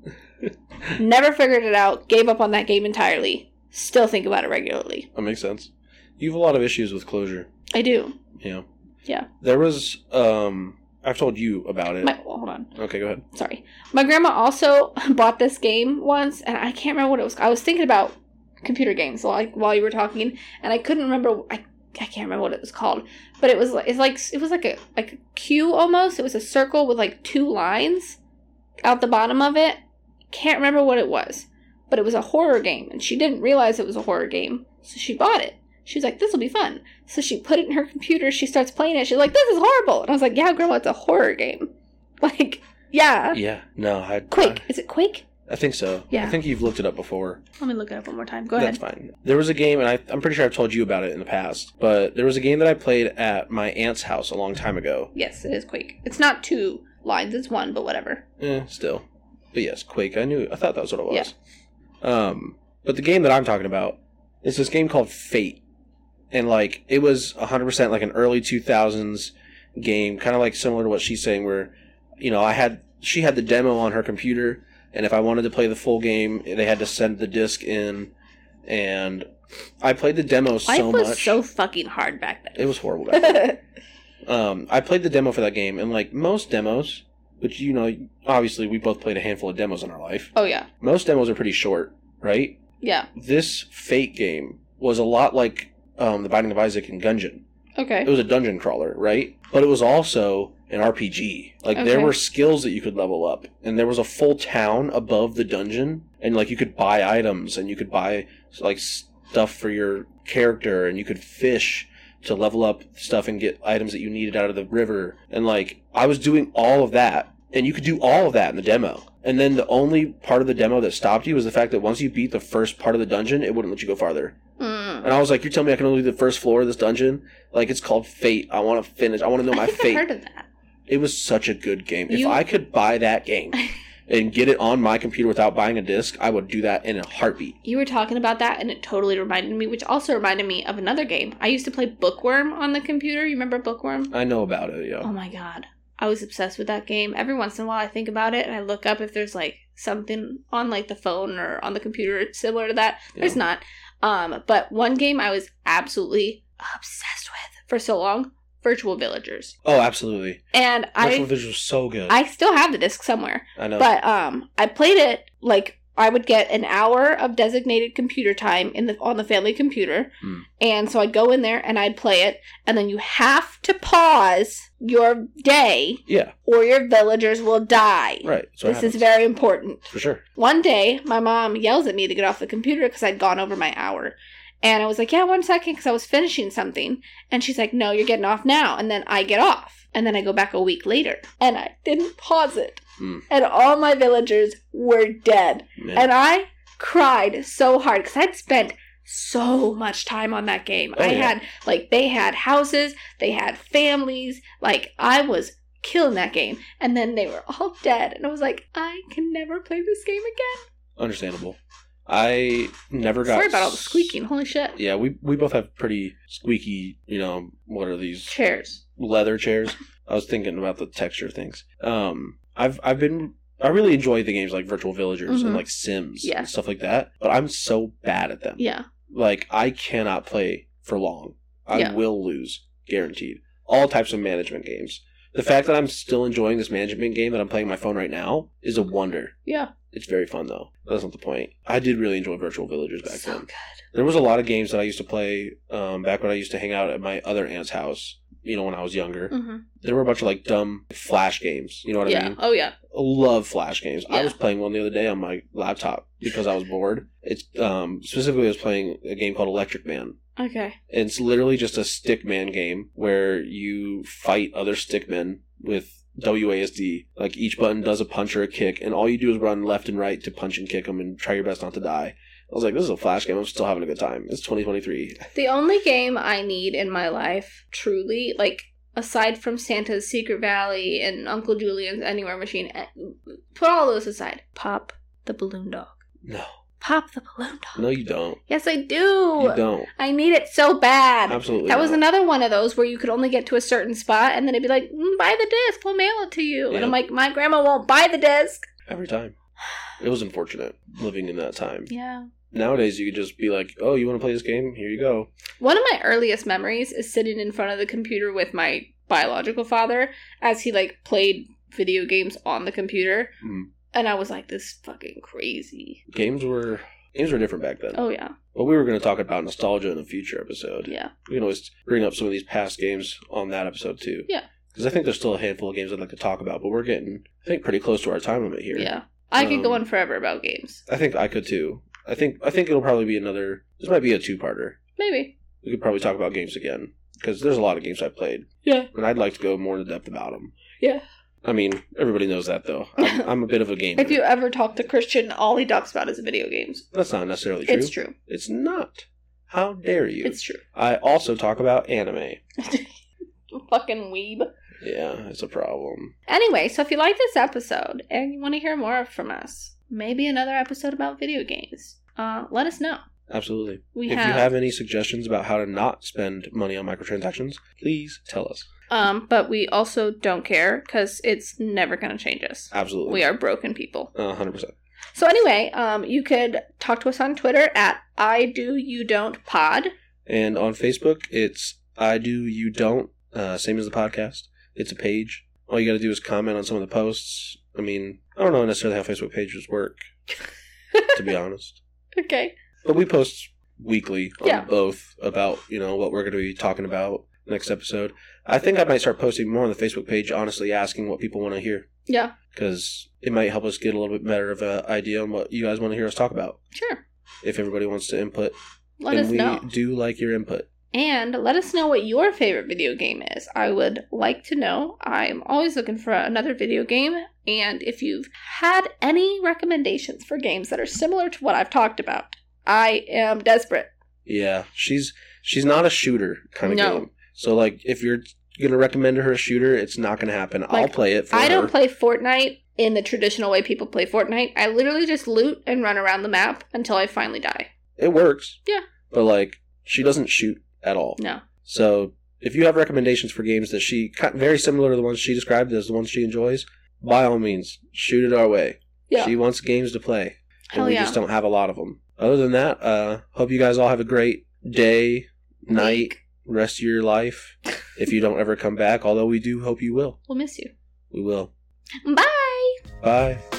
Speaker 1: Never figured it out. Gave up on that game entirely. Still think about it regularly.
Speaker 2: That makes sense. You have a lot of issues with closure.
Speaker 1: I do.
Speaker 2: Yeah.
Speaker 1: Yeah.
Speaker 2: There was, um, I've told you about it.
Speaker 1: My, well, hold on.
Speaker 2: okay, go ahead.
Speaker 1: sorry. My grandma also bought this game once, and I can't remember what it was. I was thinking about computer games like while you were talking, and I couldn't remember. I I can't remember what it was called, but it was like it's like it was like a like a cube almost. It was a circle with like two lines out the bottom of it. Can't remember what it was, but it was a horror game, and she didn't realize it was a horror game, so she bought it. She was like, "This will be fun." So she put it in her computer. She starts playing it. She's like, "This is horrible," and I was like, "Yeah, grandma, it's a horror game." Like, yeah.
Speaker 2: Yeah. No, I.
Speaker 1: Quake. Is it Quake?
Speaker 2: I, I think so.
Speaker 1: Yeah.
Speaker 2: I think you've looked it up before.
Speaker 1: Let me look it up one more time. Go
Speaker 2: That's fine. There was a game, and I, I'm pretty sure I've told you about it in the past, but there was a game that I played at my aunt's house a long time ago.
Speaker 1: Yes, it is Quake. It's not two. lines. It's one, but whatever.
Speaker 2: Eh, still. But yes, Quake. I knew. I thought that was what it was. Um, but the game that I'm talking about is this game called Fate, and like it was 100 percent like an early 2000s game, kind of like similar to what she's saying, where you know I had she had the demo on her computer, and if I wanted to play the full game, they had to send the disc in, and I played the demo
Speaker 1: Life
Speaker 2: so
Speaker 1: was
Speaker 2: much.
Speaker 1: so fucking hard back
Speaker 2: it was horrible. back then
Speaker 1: then.
Speaker 2: um, I played the demo for that game, and like most demos, which you know, obviously we both played a handful of demos in our life.
Speaker 1: oh yeah,
Speaker 2: Most demos are pretty short, right?
Speaker 1: yeah.
Speaker 2: This Fate game was a lot like um, the Binding of Isaac and Gungeon. It
Speaker 1: Okay.
Speaker 2: was a dungeon crawler, right? But it was also an RPG. Like there
Speaker 1: Okay.
Speaker 2: were skills that you could level up, and there was a full town above the dungeon, and like you could buy items, and you could buy like stuff for your character, and you could fish to level up stuff and get items that you needed out of the river. And like I was doing all of that, and you could do all of that in the demo. And then the only part of the demo that stopped you was the fact that once you beat the first part of the dungeon, it wouldn't let you go farther.
Speaker 1: Mm.
Speaker 2: And I was like, "You're telling me I can only do the first floor of this dungeon? Like it's called Fate. I want to finish. I want to know
Speaker 1: I
Speaker 2: my
Speaker 1: think
Speaker 2: fate."
Speaker 1: I heard of that.
Speaker 2: it was such a good game. If
Speaker 1: You-
Speaker 2: I could buy that game and get it on my computer without buying a disc, I would do that in a heartbeat.
Speaker 1: You were talking about that, and it totally reminded me, which also reminded me of another game. I used to play Bookworm on the computer. You remember Bookworm?
Speaker 2: I know about it, yeah.
Speaker 1: Oh my god. I was obsessed with that game. Every once in a while, I think about it and I look up if there's like something on like the phone or on the computer similar to that. There's
Speaker 2: Yeah.
Speaker 1: not. Um, but one game I was absolutely obsessed with for so long Virtual Villagers.
Speaker 2: Oh, absolutely.
Speaker 1: And
Speaker 2: Virtual
Speaker 1: I.
Speaker 2: Vision was so good. I,
Speaker 1: I still have the disc somewhere,
Speaker 2: know.
Speaker 1: but um, I played it like I would get an hour of designated computer time in the on the family computer,
Speaker 2: Hmm.
Speaker 1: and so I'd go in there and I'd play it, and then you have to pause your day
Speaker 2: yeah,
Speaker 1: or your villagers will die.
Speaker 2: right. So
Speaker 1: This is very important.
Speaker 2: for sure.
Speaker 1: One day, my mom yells at me to get off the computer because I'd gone over my hour. And I was like, yeah, one second, because I was finishing something. And she's like, no, you're getting off now. And then I get off. And then I go back a week later. And I didn't pause it.
Speaker 2: Hmm.
Speaker 1: And all my villagers were dead.
Speaker 2: Man.
Speaker 1: And I cried so hard because I'd spent so much time on that game.
Speaker 2: Oh,
Speaker 1: I
Speaker 2: yeah.
Speaker 1: had, like, they had houses, they had families. Like, I was killing that game. And then they were all dead. And I was like, I can never play this game again.
Speaker 2: Understandable. I never got.
Speaker 1: Sorry about all the
Speaker 2: s-
Speaker 1: squeaking. Holy shit.
Speaker 2: Yeah, we we both have pretty squeaky. You know, what are these
Speaker 1: Chairs.
Speaker 2: leather chairs? I was thinking about the texture of things. Um, I've I've been I really enjoy the games like Virtual Villagers
Speaker 1: Mhm.
Speaker 2: and like Sims
Speaker 1: Yeah.
Speaker 2: and stuff like that. But I'm so bad at them.
Speaker 1: Yeah.
Speaker 2: like I cannot play for long. I
Speaker 1: Yeah.
Speaker 2: will lose, guaranteed. All types of management games. The fact that I'm still enjoying this management game that I'm playing on my phone right now is a wonder.
Speaker 1: Yeah.
Speaker 2: It's very fun though. That's not the point. I did really enjoy Virtual Villagers back
Speaker 1: So
Speaker 2: then.
Speaker 1: good.
Speaker 2: There was a lot of games that I used to play um, back when I used to hang out at my other aunt's house. You know, when I was younger,
Speaker 1: hmm
Speaker 2: there were a bunch of like dumb flash games. You know what I
Speaker 1: Yeah.
Speaker 2: mean?
Speaker 1: Oh, yeah.
Speaker 2: love flash games. I
Speaker 1: Yeah.
Speaker 2: was playing one the other day on my laptop because I was bored. It's um, specifically I was playing a game called Electric Man.
Speaker 1: Okay.
Speaker 2: And it's literally just a stickman game where you fight other stickmen with WASD. Like each button does a punch or a kick, and all you do is run left and right to punch and kick them and try your best not to die. I was like, this is a flash game. I'm still having a good time. It's 2023.
Speaker 1: The only game I need in my life, truly, like aside from Santa's Secret Valley and Uncle Julian's Anywhere Machine, eh, put all those aside. Pop the balloon dog.
Speaker 2: No,
Speaker 1: Pop the balloon dog.
Speaker 2: no, you don't.
Speaker 1: Yes, I
Speaker 2: You
Speaker 1: do.
Speaker 2: don't.
Speaker 1: I need it so bad.
Speaker 2: Absolutely.
Speaker 1: Oh, That was
Speaker 2: not.
Speaker 1: another one of those where you could only get to a certain spot, and then it'd be like, "Mm, "Buy the disc. We'll mail it to you."
Speaker 2: Yeah.
Speaker 1: And I'm like, "My grandma won't buy the disc."
Speaker 2: every time. It was unfortunate living in that time.
Speaker 1: Yeah.
Speaker 2: nowadays you could just be like, "Oh, you want to play this game? Here you go."
Speaker 1: One of my earliest memories is sitting in front of the computer with my biological father as he like played video games on the computer.
Speaker 2: Mm.
Speaker 1: And I was like, this is fucking crazy.
Speaker 2: Games were games were different back then.
Speaker 1: Oh, yeah.
Speaker 2: But we were going to talk about nostalgia in a future episode.
Speaker 1: Yeah.
Speaker 2: We can always bring up some of these past games on that episode too.
Speaker 1: Yeah.
Speaker 2: Because I think there's still a handful of games I'd like to talk about, but we're getting I think pretty close to our time limit here.
Speaker 1: Yeah. I could go
Speaker 2: Um,
Speaker 1: on forever about games.
Speaker 2: I think I could too. I think I think it'll probably be another. This might be a two-parter.
Speaker 1: Maybe.
Speaker 2: We could probably talk about games again because there's a lot of games I played.
Speaker 1: Yeah.
Speaker 2: And I'd like to go more into depth about them.
Speaker 1: Yeah.
Speaker 2: I mean, everybody knows that though. I'm, I'm a bit of a gamer.
Speaker 1: If you ever talk to Christian, all he talks about is video games.
Speaker 2: That's not necessarily true.
Speaker 1: It's true.
Speaker 2: It's not. How dare you?
Speaker 1: It's true.
Speaker 2: I also talk about anime.
Speaker 1: fucking weeb.
Speaker 2: Yeah, it's a problem.
Speaker 1: Anyway, so if you like this episode and you want to hear more from us, maybe another episode about video games, uh, let us know.
Speaker 2: Absolutely.
Speaker 1: We
Speaker 2: if
Speaker 1: have,
Speaker 2: you have any suggestions about how to not spend money on microtransactions, please tell us.
Speaker 1: um, but we also don't care because it's never going to change us.
Speaker 2: Absolutely.
Speaker 1: We are broken people.
Speaker 2: Uh, 100%.
Speaker 1: So anyway, um, you could talk to us on Twitter at I do you don't pod.
Speaker 2: And on Facebook, it's I Do You Don't, uh, same as the podcast. It's a page. All you got to do is comment on some of the posts. I mean, I don't know necessarily how Facebook pages work, to be honest.
Speaker 1: Okay.
Speaker 2: But we post weekly on
Speaker 1: Yeah.
Speaker 2: both about, you know, what we're going to be talking about next episode. I think I might start posting more on the Facebook page, honestly, asking what people want to hear.
Speaker 1: Yeah.
Speaker 2: Because it might help us get a little bit better of an idea on what you guys want to hear us talk about.
Speaker 1: Sure.
Speaker 2: If everybody wants to input,
Speaker 1: Let
Speaker 2: and
Speaker 1: us
Speaker 2: we
Speaker 1: know.
Speaker 2: do like your input.
Speaker 1: And let us know what your favorite video game is. I would like to know. I'm always looking for another video game. And if you've had any recommendations for games that are similar to what I've talked about, I am desperate.
Speaker 2: Yeah, she's she's not a shooter kind of
Speaker 1: No.
Speaker 2: game. So like, if you're gonna recommend her a shooter, it's not gonna happen. I'll
Speaker 1: Like,
Speaker 2: play it. For
Speaker 1: I don't
Speaker 2: her.
Speaker 1: play Fortnite in the traditional way people play Fortnite. I literally just loot and run around the map until I finally die.
Speaker 2: It works.
Speaker 1: Yeah.
Speaker 2: but like, she doesn't shoot at all.
Speaker 1: No.
Speaker 2: So if you have recommendations for games that she ki- very similar to the ones she described as the ones she enjoys, by all means, shoot it our way.
Speaker 1: Yeah.
Speaker 2: She wants games to play, and
Speaker 1: Hell
Speaker 2: we
Speaker 1: yeah.
Speaker 2: just don't have a lot of them. Other than that, uh, hope you guys all have a great day, night,
Speaker 1: Week.
Speaker 2: rest of your life. if you don't ever come back, although we do hope you will,
Speaker 1: We'll miss you.
Speaker 2: we will.
Speaker 1: Bye!
Speaker 2: Bye.